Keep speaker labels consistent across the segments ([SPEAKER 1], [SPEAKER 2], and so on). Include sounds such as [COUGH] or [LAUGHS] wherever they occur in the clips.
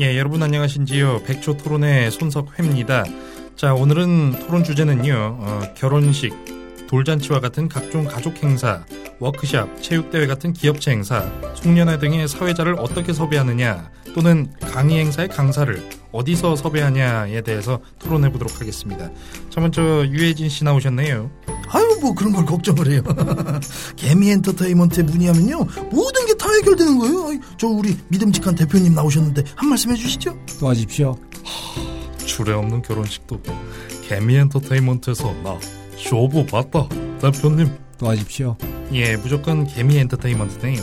[SPEAKER 1] 예, 여러분 안녕하신지요. 백초 토론의 손석회입니다. 자, 오늘은 토론 주제는요. 어, 결혼식, 돌잔치와 같은 각종 가족 행사, 워크샵, 체육대회 같은 기업체 행사, 송년회 등의 사회자를 어떻게 섭외하느냐, 또는 강의 행사의 강사를 어디서 섭외하냐에 대해서 토론해 보도록 하겠습니다. 자, 먼저 유해진 씨 나오셨네요.
[SPEAKER 2] 아유 뭐 그런 걸 걱정을 해요. 개미 엔터테인먼트에 문의하면요 모든 게 다 해결되는 거예요. 아이, 저 우리 믿음직한 대표님 나오셨는데 한 말씀 해주시죠.
[SPEAKER 3] 도와주십시오.
[SPEAKER 1] 주례 없는 결혼식도 개미 엔터테인먼트에서 나 쇼부 봤다. 대표님
[SPEAKER 3] 도와주십시오.
[SPEAKER 1] 예, 무조건 개미 엔터테인먼트네요.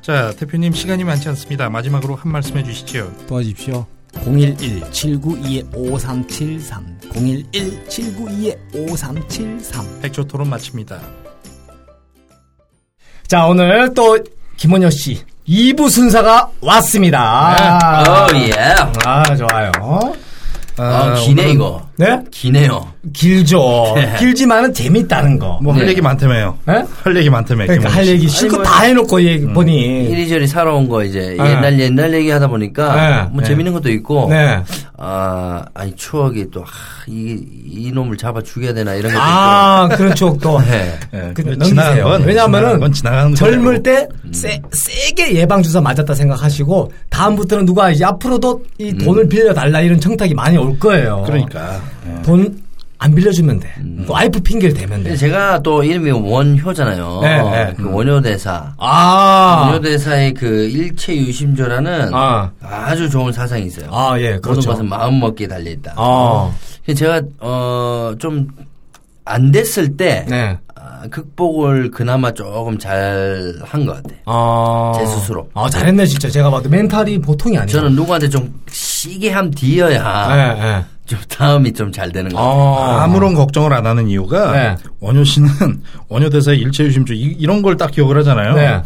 [SPEAKER 1] 자, 대표님 시간이 많지 않습니다. 마지막으로 한 말씀 해주시죠.
[SPEAKER 3] 도와주십시오.
[SPEAKER 4] 011-792-5373 011-792-5373
[SPEAKER 1] 백조 토론 마칩니다.
[SPEAKER 5] 자, 오늘 또 김원효 씨 2부 순서가 왔습니다.
[SPEAKER 4] 오, 예.
[SPEAKER 5] 아, 좋아요.
[SPEAKER 4] 아, 기네, 이거.
[SPEAKER 5] 네?
[SPEAKER 4] 기네요.
[SPEAKER 5] 길죠. 길지만은 재밌다는 거.
[SPEAKER 1] 뭐 할
[SPEAKER 4] 네.
[SPEAKER 1] 얘기 많다며요.
[SPEAKER 5] 예?
[SPEAKER 1] 할 얘기 많다며.
[SPEAKER 5] 그러니까
[SPEAKER 1] 김원희
[SPEAKER 5] 할
[SPEAKER 1] 씨.
[SPEAKER 5] 얘기 실컷 다 해놓고 얘기 보니.
[SPEAKER 4] 이리저리 살아온 거 이제
[SPEAKER 5] 네.
[SPEAKER 4] 옛날 옛날 얘기하다 보니까
[SPEAKER 5] 네.
[SPEAKER 4] 뭐 재밌는 것도 있고
[SPEAKER 5] 네.
[SPEAKER 4] 아 아니 추억이 또이 이놈을 잡아 죽여야 되나 이런 것도
[SPEAKER 5] 아, 그런
[SPEAKER 1] [LAUGHS]
[SPEAKER 5] 추억도.
[SPEAKER 4] 있고 네.
[SPEAKER 1] 예,
[SPEAKER 5] 그,
[SPEAKER 1] 그
[SPEAKER 5] 넘기세요.
[SPEAKER 1] 지나간 건 지나간
[SPEAKER 5] 왜냐하면은
[SPEAKER 1] 건 음. 지나간
[SPEAKER 5] 젊을
[SPEAKER 1] 거고.
[SPEAKER 5] 때 세, 세게 예방 주사 맞았다 생각하시고 다음부터는 누가 이제 앞으로도 이 돈을 빌려달라 이런 청탁이 많이 올 거예요.
[SPEAKER 1] 음. 그러니까 음.
[SPEAKER 5] 돈 안 빌려주면 돼. 와이프 핑계를 대면 돼.
[SPEAKER 4] 근데 제가 또 이름이 원효잖아요.
[SPEAKER 5] 네, 네.
[SPEAKER 4] 그 원효대사.
[SPEAKER 5] 아.
[SPEAKER 1] 음.
[SPEAKER 4] 원효대사의 그 일체 유심조라는
[SPEAKER 5] 아.
[SPEAKER 4] 아. 주 좋은 사상이 있어요.
[SPEAKER 5] 아, 예,
[SPEAKER 4] 모든
[SPEAKER 5] 그렇죠.
[SPEAKER 4] 것은 마음 먹기에 달려 있다.
[SPEAKER 5] 아.
[SPEAKER 4] 제가 어, 어좀 안 됐을 때
[SPEAKER 5] 네.
[SPEAKER 4] 아, 극복을 그나마 조금 잘 한 것 같아요.
[SPEAKER 5] 아.
[SPEAKER 4] 제 스스로.
[SPEAKER 5] 아, 잘했네, 진짜. 제가 봐도 멘탈이 보통이 아니에요.
[SPEAKER 4] 저는 누구한테 좀 시기함 뒤어야
[SPEAKER 5] 예, 예.
[SPEAKER 4] 좀 다음이 좀 잘 되는 것 같아요.
[SPEAKER 5] 아.
[SPEAKER 1] 네. 아무런 걱정을 안 하는 이유가
[SPEAKER 5] 네.
[SPEAKER 1] 원효 씨는 [LAUGHS] 원효 대사의 일체유심주 이- 이런 걸 딱 기억을 하잖아요.
[SPEAKER 5] 네.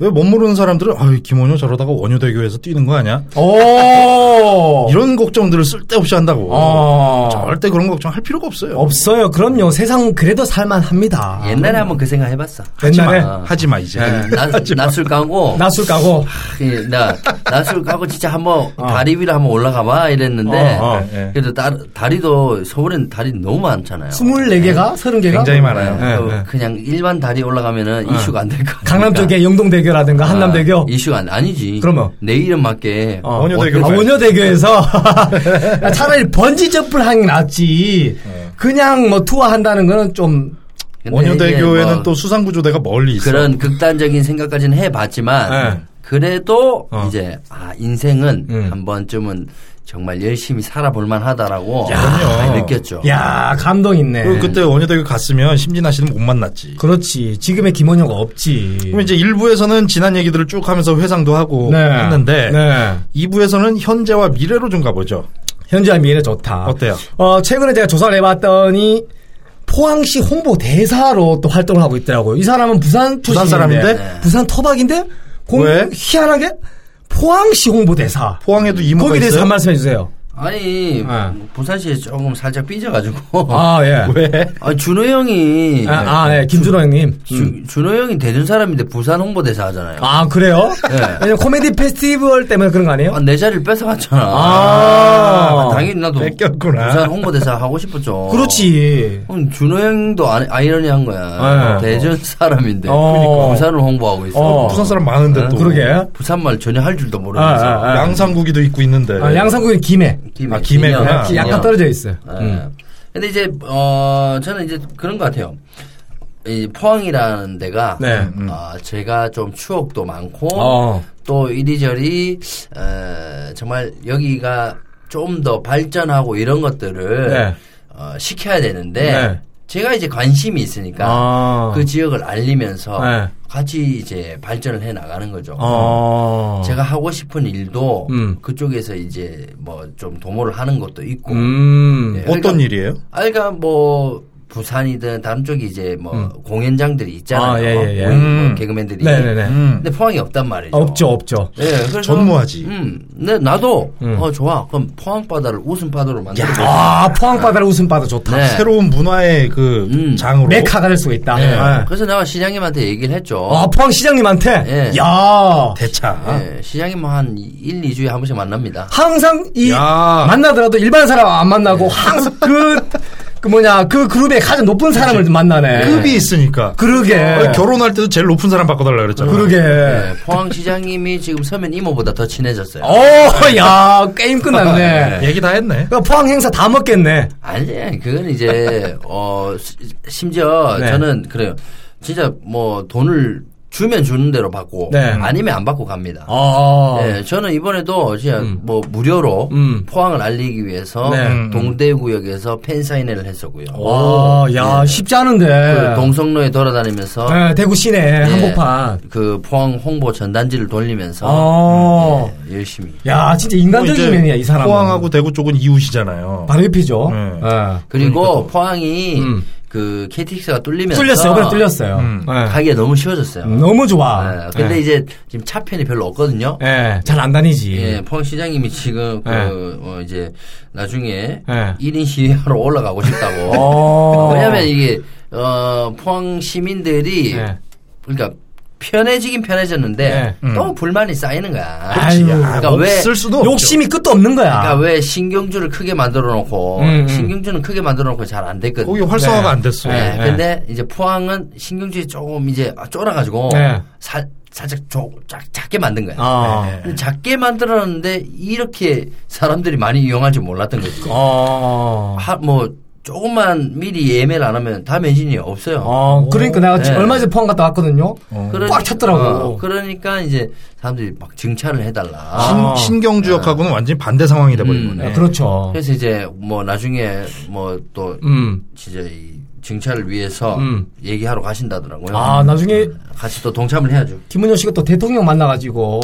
[SPEAKER 1] 왜 못 모르는 사람들은 아유 김원효 저러다가 원효대교에서 뛰는 거 아니야?
[SPEAKER 5] 오!
[SPEAKER 1] 이런 걱정들을 쓸데없이 한다고.
[SPEAKER 5] 어.
[SPEAKER 1] 절대 그런 걱정 할 필요가 없어요.
[SPEAKER 5] 없어요. 그럼요. 세상은 그래도 살만합니다.
[SPEAKER 4] 옛날에 한번 그 생각 해봤어.
[SPEAKER 5] 옛날에
[SPEAKER 1] 하지마, 네. 하지마 이제.
[SPEAKER 5] 네.
[SPEAKER 1] [LAUGHS]
[SPEAKER 4] 나, 낯술 까고
[SPEAKER 5] 낯술 까고
[SPEAKER 4] 예, 나 낯을 까고 진짜 한번 다리 위로 한번 올라가봐 이랬는데
[SPEAKER 1] 어, 어. 예, 예.
[SPEAKER 4] 그래도 다, 다리도 서울엔 다리 너무 많잖아요.
[SPEAKER 5] 24개가 30개가
[SPEAKER 1] 네. 굉장히 많아요.
[SPEAKER 4] 예, 그
[SPEAKER 5] 예.
[SPEAKER 4] 그냥 일반 다리
[SPEAKER 1] 어.
[SPEAKER 4] 올라가면은 이슈가 안 될 것 같아요. 그러니까. 어,
[SPEAKER 5] 강남 쪽에
[SPEAKER 1] 아,
[SPEAKER 5] 영동대교라든가 한남대교
[SPEAKER 4] 이슈가 안- 아니지.
[SPEAKER 5] 그러면?
[SPEAKER 4] 내 이름 맞게
[SPEAKER 5] 어.
[SPEAKER 1] 원효대교.
[SPEAKER 5] 아,
[SPEAKER 1] [LAUGHS]
[SPEAKER 5] 원효대교에서 야, 차라리 번지 점프를 하는 게 낫지.
[SPEAKER 1] 네.
[SPEAKER 5] 그냥 뭐 투어 한다는 거는 좀
[SPEAKER 4] 근데
[SPEAKER 1] 원효대교에는
[SPEAKER 5] 네,
[SPEAKER 4] 이게 뭐
[SPEAKER 1] 또 수상구조대가 멀리 있어.
[SPEAKER 4] 그런 극단적인 생각까지는 해봤지만
[SPEAKER 5] 예.
[SPEAKER 4] 그래도 이제 아 인생은
[SPEAKER 5] 음.
[SPEAKER 4] 한 번쯤은 정말 열심히 살아볼 만하다라고
[SPEAKER 1] 그럼요.
[SPEAKER 4] 많이
[SPEAKER 1] 그렇죠.
[SPEAKER 4] 느꼈죠.
[SPEAKER 5] 야, 감동 있네.
[SPEAKER 1] 그리고 그때 원효대교 갔으면 심진아 씨는 못 만났지.
[SPEAKER 5] 그렇지. 지금의 김원효가 없지.
[SPEAKER 1] 그럼 이제 1부에서는 지난 얘기들을 쭉 하면서 회상도 하고 했는데
[SPEAKER 5] 네.
[SPEAKER 1] 2부에서는 현재와 미래로 좀 가보죠.
[SPEAKER 5] 현지와 미래 좋다.
[SPEAKER 1] 어때요?
[SPEAKER 5] 어, 최근에 제가 조사를 해봤더니 포항시 홍보 대사로 또 활동을 하고 있더라고요. 이 사람은 부산 출신인데 네.
[SPEAKER 1] 부산 사람인데?
[SPEAKER 5] 부산 토박인데 공-
[SPEAKER 1] 왜?
[SPEAKER 5] 희한하게 포항시 홍보 대사.
[SPEAKER 1] 포항에도 이모가
[SPEAKER 5] 거기에 대해서
[SPEAKER 1] 있어요.
[SPEAKER 5] 한 말씀 해주세요.
[SPEAKER 4] 아니
[SPEAKER 5] 예.
[SPEAKER 4] 부산시에 조금 살짝 삐져가지고
[SPEAKER 5] 아 예.
[SPEAKER 1] 왜?
[SPEAKER 4] [LAUGHS] 아, 준호 형이
[SPEAKER 5] 아, 아 예. 김준호 형님.
[SPEAKER 4] 주, 준호 형이 대전 사람인데 부산 홍보대사 하잖아요. 아,
[SPEAKER 5] 아 그래요?
[SPEAKER 4] 예.
[SPEAKER 5] 왜냐면 코미디 페스티벌 때문에 그런 거 아니에요?
[SPEAKER 4] 내 자리를 뺏어갔잖아.
[SPEAKER 5] 아.
[SPEAKER 4] 당연히 나도
[SPEAKER 1] 뺏겼구나.
[SPEAKER 4] 부산 홍보대사 하고 싶었죠.
[SPEAKER 5] 그렇지.
[SPEAKER 4] 그럼 준호 형도 아, 아이러니한 거야.
[SPEAKER 5] 예.
[SPEAKER 4] 대전 사람인데 그러니까
[SPEAKER 5] 어.
[SPEAKER 4] 부산을 홍보하고 있어.
[SPEAKER 5] 어.
[SPEAKER 1] 부산 사람 많은데
[SPEAKER 4] 어,
[SPEAKER 1] 또.
[SPEAKER 5] 그러게.
[SPEAKER 4] 부산말 전혀 할 줄도 모르면서.
[SPEAKER 5] 아, 아,
[SPEAKER 1] 양상국이도 있고 있는데.
[SPEAKER 5] 아, 양상국의 김해.
[SPEAKER 4] 김해.
[SPEAKER 1] 네. 아, 김해구나.
[SPEAKER 4] 진영,
[SPEAKER 5] 약간 음.
[SPEAKER 4] 진영.
[SPEAKER 5] 떨어져 있어요.
[SPEAKER 4] 예. 근데 이제 어 저는 이제 그런 것 같아요. 이 포항이라는 데가
[SPEAKER 5] 네.
[SPEAKER 4] 어, 제가 좀 추억도 많고
[SPEAKER 5] 어.
[SPEAKER 4] 또 이리저리 어, 정말 여기가 좀 더 발전하고 이런 것들을
[SPEAKER 5] 네.
[SPEAKER 4] 어, 시켜야 되는데
[SPEAKER 5] 네.
[SPEAKER 4] 제가 이제 관심이 있으니까
[SPEAKER 5] 아.
[SPEAKER 4] 그 지역을 알리면서
[SPEAKER 5] 네.
[SPEAKER 4] 같이 이제 발전을 해 나가는 거죠.
[SPEAKER 5] 어.
[SPEAKER 4] 제가 하고 싶은 일도
[SPEAKER 5] 음.
[SPEAKER 4] 그쪽에서 이제 뭐 좀 도모를 하는 것도 있고
[SPEAKER 5] 음.
[SPEAKER 4] 예,
[SPEAKER 1] 어떤
[SPEAKER 4] 그러니까-
[SPEAKER 1] 일이에요?
[SPEAKER 4] 아, 그러니까 뭐 부산이든 다른 쪽이 이제 뭐 공연장들이
[SPEAKER 5] 음.
[SPEAKER 4] 있잖아요.
[SPEAKER 5] 아, 예, 예, 예.
[SPEAKER 4] 공연, 뭐
[SPEAKER 1] 음.
[SPEAKER 4] 개그맨들이.
[SPEAKER 5] 네네네.
[SPEAKER 1] 음.
[SPEAKER 4] 근데 포항이 없단 말이죠.
[SPEAKER 5] 아, 없죠, 없죠.
[SPEAKER 4] 예, 그래서
[SPEAKER 1] 전무하지.
[SPEAKER 4] 음, 네, 나도 어 좋아. 그럼 포항 바다를 웃음 바다로 만들어.
[SPEAKER 5] 아, 포항바다를 웃음바다 좋다.
[SPEAKER 4] 네.
[SPEAKER 1] 새로운 문화의 그
[SPEAKER 4] 음.
[SPEAKER 1] 장으로.
[SPEAKER 5] 메카가 될 수가
[SPEAKER 4] 네.
[SPEAKER 5] 있다.
[SPEAKER 1] 아,
[SPEAKER 4] 예. 그래서 내가 시장님한테 얘기를 했죠.
[SPEAKER 5] 네. 아, 포항 시장님한테?
[SPEAKER 4] 예.
[SPEAKER 5] 야
[SPEAKER 1] 대차.
[SPEAKER 4] 예, 시장님 뭐한 1, 2주에 한 번씩 만납니다.
[SPEAKER 5] 항상 이
[SPEAKER 1] 야.
[SPEAKER 5] 만나더라도 일반 사람 안 만나고 항상 그, 그 뭐냐, 그 그룹의 가장 높은 사람을 만나네.
[SPEAKER 1] 급이 있으니까.
[SPEAKER 5] 그러게.
[SPEAKER 1] 아, 결혼할 때도 제일 높은 사람 바꿔달라 그랬잖아.
[SPEAKER 5] 그러게.
[SPEAKER 4] 예, 포항 시장님이 지금 서면 이모보다 더 친해졌어요.
[SPEAKER 5] 어, 야, 게임 끝났네.
[SPEAKER 1] 얘기 다 아, 했네.
[SPEAKER 5] 그 포항 행사 다 먹겠네.
[SPEAKER 4] 아니,
[SPEAKER 5] [LAUGHS]
[SPEAKER 4] 그건 이제, 어, 시- 심지어
[SPEAKER 5] 네.
[SPEAKER 4] 저는 그래요. 진짜 뭐 돈을 주면 주는 대로 받고
[SPEAKER 5] 네.
[SPEAKER 4] 아니면 안 받고 갑니다.
[SPEAKER 5] 어.
[SPEAKER 4] 예, 저는 이번에도 진짜 뭐 무료로
[SPEAKER 5] 음.
[SPEAKER 4] 포항을 알리기 위해서
[SPEAKER 5] 네.
[SPEAKER 4] 동대구역에서 팬사인회를 했었고요.
[SPEAKER 5] 와, 아, 네. 야, 쉽지 않은데.
[SPEAKER 4] 그 동성로에 돌아다니면서
[SPEAKER 5] 예, 대구 시내 한복판.
[SPEAKER 4] 그 포항 홍보 전단지를 돌리면서
[SPEAKER 5] 어.
[SPEAKER 4] 예, 열심히
[SPEAKER 5] 야,
[SPEAKER 1] 뭐 이제
[SPEAKER 5] 진짜 인간적인 면이야, 이 사람.
[SPEAKER 1] 포항하고 대구 쪽은 이웃이잖아요.
[SPEAKER 5] 바로 옆이죠.
[SPEAKER 1] 네.
[SPEAKER 5] 예.
[SPEAKER 4] 그리고 포항이 그 KTX가 뚫리면서
[SPEAKER 5] 음. 예. 뚫렸어요. 그래, 뚫렸어요.
[SPEAKER 1] 음.
[SPEAKER 5] 예.
[SPEAKER 4] 가기가 너무 쉬워졌어요.
[SPEAKER 5] 음, 너무 좋아.
[SPEAKER 4] 예, 근데 이제 지금 차편이 별로 없거든요.
[SPEAKER 5] 예, 잘 안 다니지.
[SPEAKER 4] 예, 포항 시장님이 지금 그
[SPEAKER 5] 예.
[SPEAKER 4] 어, 이제 나중에
[SPEAKER 5] 예.
[SPEAKER 4] 1인 시위하러 올라가고 싶다고.
[SPEAKER 5] [LAUGHS] 어.
[SPEAKER 4] 왜냐면 이게 어, 포항 시민들이
[SPEAKER 5] 예.
[SPEAKER 4] 그러니까 편해지긴 편해졌는데
[SPEAKER 5] 음.
[SPEAKER 4] 너무 불만이 쌓이는 거야.
[SPEAKER 5] 그렇지.
[SPEAKER 1] 야,
[SPEAKER 4] 그러니까
[SPEAKER 5] 아,
[SPEAKER 4] 왜
[SPEAKER 1] 뭐 없을 수도 없죠.
[SPEAKER 5] 욕심이 끝도 없는 거야.
[SPEAKER 4] 그러니까 왜 신경주를 크게 만들어 놓고
[SPEAKER 5] 음, 음.
[SPEAKER 4] 신경주는 크게 만들어 놓고 잘 안 됐거든.
[SPEAKER 1] 거기 활성화가
[SPEAKER 5] 네.
[SPEAKER 1] 안 됐어.
[SPEAKER 4] 예,
[SPEAKER 5] 네.
[SPEAKER 4] 근데 이제 포항은 신경주에 조금 이제 아, 쫄아가지고
[SPEAKER 5] 네.
[SPEAKER 4] 살 살짝 조, 작, 작게 만든 거야.
[SPEAKER 5] 아.
[SPEAKER 1] 네.
[SPEAKER 4] 근데 작게 만들었는데 이렇게 사람들이 많이 이용할 줄 몰랐던 거지.
[SPEAKER 5] 어.
[SPEAKER 4] 하, 뭐 조금만 미리 예매를 안 하면 다 매진이 없어요.
[SPEAKER 5] 어, 그러니까 내가
[SPEAKER 4] 네. 어.
[SPEAKER 5] 얼마 전에 포항 갔다 왔거든요.
[SPEAKER 4] 그러니-
[SPEAKER 5] 꽉 찼더라고.
[SPEAKER 4] 어, 그러니까 이제 사람들이 막 증차를 해달라.
[SPEAKER 5] 아.
[SPEAKER 1] 신, 경주역하고는 완전히 반대 상황이 돼버린
[SPEAKER 4] 음.
[SPEAKER 1] 거네.
[SPEAKER 5] 네, 그렇죠.
[SPEAKER 4] 그래서 이제 뭐 나중에 뭐 또
[SPEAKER 5] 음.
[SPEAKER 4] 진짜 이 증차를 위해서
[SPEAKER 5] 음.
[SPEAKER 4] 얘기하러 가신다더라고요.
[SPEAKER 5] 아, 나중에
[SPEAKER 4] 같이 또 동참을 해야죠.
[SPEAKER 5] 김은영 씨가 또 대통령
[SPEAKER 4] [LAUGHS]
[SPEAKER 5] 만나가지고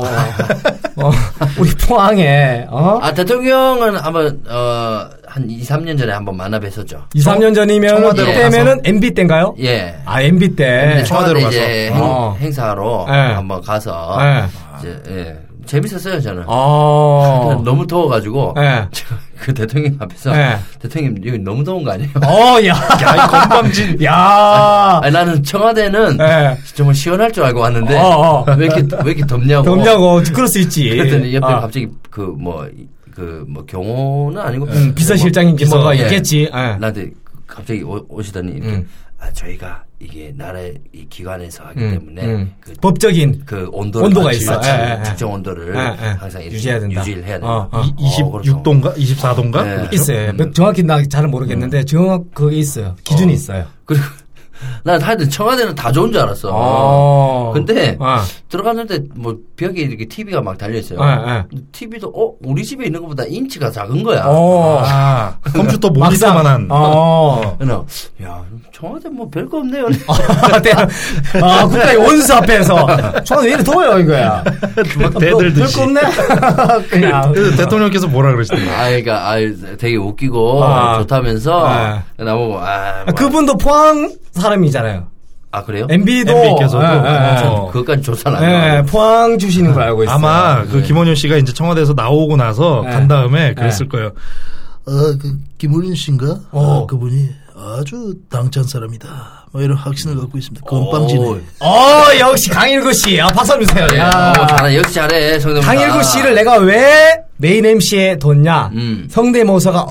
[SPEAKER 5] 어, 우리 포항에 어?
[SPEAKER 4] 아 대통령은 아마 어한 2, 3년 전에 한번 만나 뵀었죠.
[SPEAKER 5] 2, 3년 전이면
[SPEAKER 4] 청와대로
[SPEAKER 5] 때면은 MB 때인가요?
[SPEAKER 4] 예.
[SPEAKER 5] 아 MB 때.
[SPEAKER 4] 근데
[SPEAKER 1] 청와대로
[SPEAKER 4] 네, 청와대 이제
[SPEAKER 5] 가서.
[SPEAKER 4] 행,
[SPEAKER 5] 어.
[SPEAKER 4] 행사로
[SPEAKER 5] 예.
[SPEAKER 4] 한번 가서
[SPEAKER 5] 예.
[SPEAKER 4] 이제 예. 재밌었어요 저는.
[SPEAKER 5] 어.
[SPEAKER 4] 너무 더워가지고 [LAUGHS]
[SPEAKER 5] 예.
[SPEAKER 4] 그 대통령 앞에서
[SPEAKER 5] 예.
[SPEAKER 4] 대통령 여기 너무 더운 거 아니에요? [LAUGHS]
[SPEAKER 5] 어, 야. 야, 건방진. [LAUGHS] 야.
[SPEAKER 4] 아니, 나는 청와대는
[SPEAKER 5] 예.
[SPEAKER 4] 정말 시원할 줄 알고 왔는데
[SPEAKER 5] 어, 어.
[SPEAKER 4] [LAUGHS] 왜 이렇게 왜 이렇게 덥냐고.
[SPEAKER 5] 덥냐고. 그럴 수 있지.
[SPEAKER 4] 어. 그랬더니 옆에
[SPEAKER 5] 아.
[SPEAKER 4] 갑자기 그 뭐 그 뭐 경호는 아니고
[SPEAKER 5] 음, 비서실장님께서가
[SPEAKER 4] 뭐, 예.
[SPEAKER 5] 있겠지. 예.
[SPEAKER 4] 나한테 갑자기 오, 오시더니 이렇게 아 저희가 이게 나라의 이 기관에서 하기
[SPEAKER 5] 음,
[SPEAKER 4] 때문에
[SPEAKER 5] 음.
[SPEAKER 4] 그,
[SPEAKER 5] 법적인
[SPEAKER 4] 그 온도를
[SPEAKER 5] 온도가
[SPEAKER 4] 맞추-
[SPEAKER 5] 있어.
[SPEAKER 4] 맞추는
[SPEAKER 5] 예, 예, 예.
[SPEAKER 4] 특정 온도를
[SPEAKER 5] 예, 예.
[SPEAKER 4] 항상 이렇게
[SPEAKER 5] 유지해야 된다.
[SPEAKER 4] 유지를 해야 된다.
[SPEAKER 5] 어, 어.
[SPEAKER 4] 어, 그렇죠.
[SPEAKER 1] 26도인가? 24도인가? 그렇죠?
[SPEAKER 4] 네.
[SPEAKER 5] 있어요.
[SPEAKER 4] 음.
[SPEAKER 5] 정확히 나 잘은 모르겠는데 정확 그게 있어요. 기준이 있어요.
[SPEAKER 4] [LAUGHS] 그리고 난 하여튼 청와대는 다 좋은 줄 알았어.
[SPEAKER 5] 어.
[SPEAKER 4] 근데
[SPEAKER 5] 아.
[SPEAKER 4] 들어갔는데 뭐 벽에 이렇게 TV가 막 달려 있어요.
[SPEAKER 5] 예,
[SPEAKER 4] TV도 어 우리 집에 있는 것보다 인치가 작은 거야.
[SPEAKER 5] 어.
[SPEAKER 1] 아,
[SPEAKER 5] [LAUGHS]
[SPEAKER 1] 컴퓨터
[SPEAKER 5] 막상.
[SPEAKER 1] 모니터만한. [LAUGHS]
[SPEAKER 5] 어. [LAUGHS]
[SPEAKER 4] 그래서 야 청와대 뭐 별거 없네요. [LAUGHS]
[SPEAKER 5] 아, 대- 아, 국가의 원수 앞에서. 저는 왜 이리 더워요, 이거야.
[SPEAKER 1] 막 대들듯이.
[SPEAKER 5] 별거 없네? [LAUGHS] 그냥.
[SPEAKER 1] 그래서 대통령께서 뭐라 그러시더니
[SPEAKER 4] 아, 그러니까 아, 되게 웃기고
[SPEAKER 5] 아.
[SPEAKER 4] 좋다면서
[SPEAKER 5] 아.
[SPEAKER 4] 나보고 아,
[SPEAKER 5] 아, 그분도 포항 사람이잖아요.
[SPEAKER 4] 아 그래요?
[SPEAKER 5] MB도. 아,
[SPEAKER 1] MB께서도. 어.
[SPEAKER 4] 그것까지 어. 조사를 안 해요.
[SPEAKER 5] 예, 포항 주시는 걸 알고 있어요.
[SPEAKER 1] 아마 그 김원효 씨가 이제 청와대에서 나오고 나서
[SPEAKER 5] 네.
[SPEAKER 1] 간 다음에 그랬을 거예요. 어,
[SPEAKER 2] 아, 그 김우린 씨인가?
[SPEAKER 5] 어.
[SPEAKER 2] 아, 그분이 아주 당찬 사람이다. 뭐 이런 확신을
[SPEAKER 5] 음.
[SPEAKER 2] 갖고 있습니다.
[SPEAKER 4] 오.
[SPEAKER 2] 건빵지네.
[SPEAKER 5] 어, 역시 강일구 씨. 아, 박수 한번 주세요.
[SPEAKER 4] 예.
[SPEAKER 5] 야.
[SPEAKER 4] 어, 잘해 역시 잘해 성대모사.
[SPEAKER 5] 강일구 씨를 내가 왜 메인 MC에 뒀냐?
[SPEAKER 4] 음.
[SPEAKER 5] 성대모사가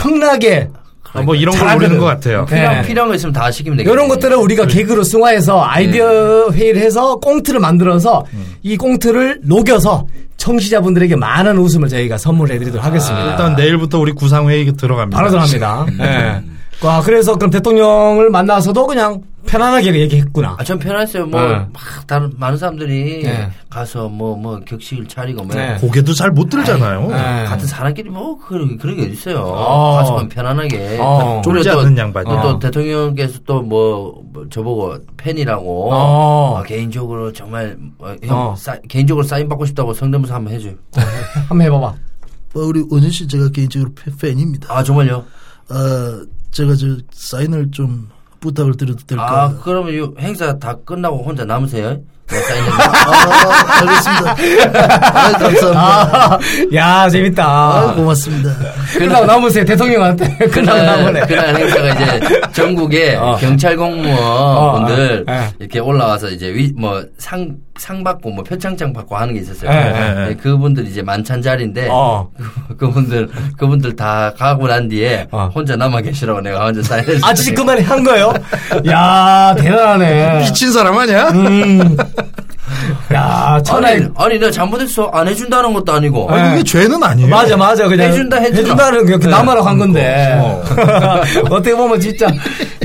[SPEAKER 5] 엄청나게
[SPEAKER 1] 아, 뭐 이런 걸
[SPEAKER 5] 잘하거든.
[SPEAKER 1] 노리는 것 같아요.
[SPEAKER 5] 네.
[SPEAKER 4] 필요한 필요한 거 있으면 다 시키면 되겠네.
[SPEAKER 5] 이런 것들을 우리가 개그로 승화해서 아이디어
[SPEAKER 1] 네.
[SPEAKER 5] 회의를 해서 꽁트를 만들어서
[SPEAKER 1] 음.
[SPEAKER 5] 이 꽁트를 녹여서 청취자분들에게 많은 웃음을 저희가 선물해드리도록
[SPEAKER 1] 아.
[SPEAKER 5] 하겠습니다.
[SPEAKER 1] 일단 내일부터 우리 구상회의 들어갑니다.
[SPEAKER 5] 바로 전합니다. 예. 와, 그래서 그럼 대통령을 만나서도 그냥 편안하게 얘기했구나.
[SPEAKER 4] 아, 전 편했어요. 뭐,
[SPEAKER 5] 네.
[SPEAKER 4] 막, 다른, 많은 사람들이
[SPEAKER 5] 네.
[SPEAKER 4] 가서 뭐, 뭐, 격식을 차리고, 뭐,
[SPEAKER 5] 네.
[SPEAKER 1] 고개도 잘 못 들잖아요.
[SPEAKER 5] 예.
[SPEAKER 4] 같은 사람끼리 뭐, 그런, 그런 게 어딨어요.
[SPEAKER 5] 어.
[SPEAKER 4] 가서만 편안하게.
[SPEAKER 5] 어.
[SPEAKER 4] 그리고
[SPEAKER 1] 쫄지
[SPEAKER 4] 또-
[SPEAKER 1] 않는 양반이.
[SPEAKER 4] 또,
[SPEAKER 5] 어.
[SPEAKER 4] 또 대통령께서 또 뭐, 뭐 저보고 팬이라고.
[SPEAKER 5] 어.
[SPEAKER 4] 아, 개인적으로 정말, 어, 형,
[SPEAKER 5] 어.
[SPEAKER 4] 사- 개인적으로 사인 받고 싶다고 성대모사 한번 해줘요.
[SPEAKER 5] 한번 해봐봐. [LAUGHS]
[SPEAKER 2] 어, 뭐 우리 원현 씨 제가 개인적으로 팬- 팬입니다.
[SPEAKER 4] 아, 정말요?
[SPEAKER 2] 어, 제가 저 사인을 좀 부탁을 드려도
[SPEAKER 5] 그러니까.
[SPEAKER 2] 될까요?
[SPEAKER 4] 아, 그러면 이 행사 다 끝나고 혼자 남으세요? 뭐 사인해
[SPEAKER 2] [LAUGHS] 아, 알겠습니다. 아, 감사합니다.
[SPEAKER 5] 야, 재밌다.
[SPEAKER 2] 아, 고맙습니다.
[SPEAKER 5] 끝나고 남으세요, 대통령한테. [LAUGHS] 끝나고 남으네.
[SPEAKER 4] 그날, 그날 행사가 이제 전국의
[SPEAKER 5] 어.
[SPEAKER 4] 경찰 공무원분들
[SPEAKER 5] 어, 어, 예.
[SPEAKER 4] 이렇게 올라와서 이제 뭐상상 받고 뭐 표창장 받고 하는 게 있었어요.
[SPEAKER 5] 예,
[SPEAKER 1] 예, 예.
[SPEAKER 4] 네, 그분들 이제 만찬 자리인데
[SPEAKER 5] 어.
[SPEAKER 4] 그분들 그분들 다 가고 난 뒤에
[SPEAKER 5] 어.
[SPEAKER 4] 혼자 남아 계시라고 내가 혼자 사인을
[SPEAKER 5] 아, 진짜 그 말이 한 거예요? 야, 대단하네.
[SPEAKER 2] 미친 사람 아니야?
[SPEAKER 5] 음. 야, 천하의
[SPEAKER 4] 아니 아니 내가 잘못했어 안 해준다는 것도 아니고
[SPEAKER 5] 네.
[SPEAKER 2] 아니, 이게 죄는 아니에요.
[SPEAKER 5] 맞아 맞아 그냥
[SPEAKER 4] 해준다, 해주나.
[SPEAKER 5] 해준다는 그냥
[SPEAKER 4] 네.
[SPEAKER 5] 남아로 간 건데
[SPEAKER 1] 어.
[SPEAKER 5] [LAUGHS] 어떻게 보면 진짜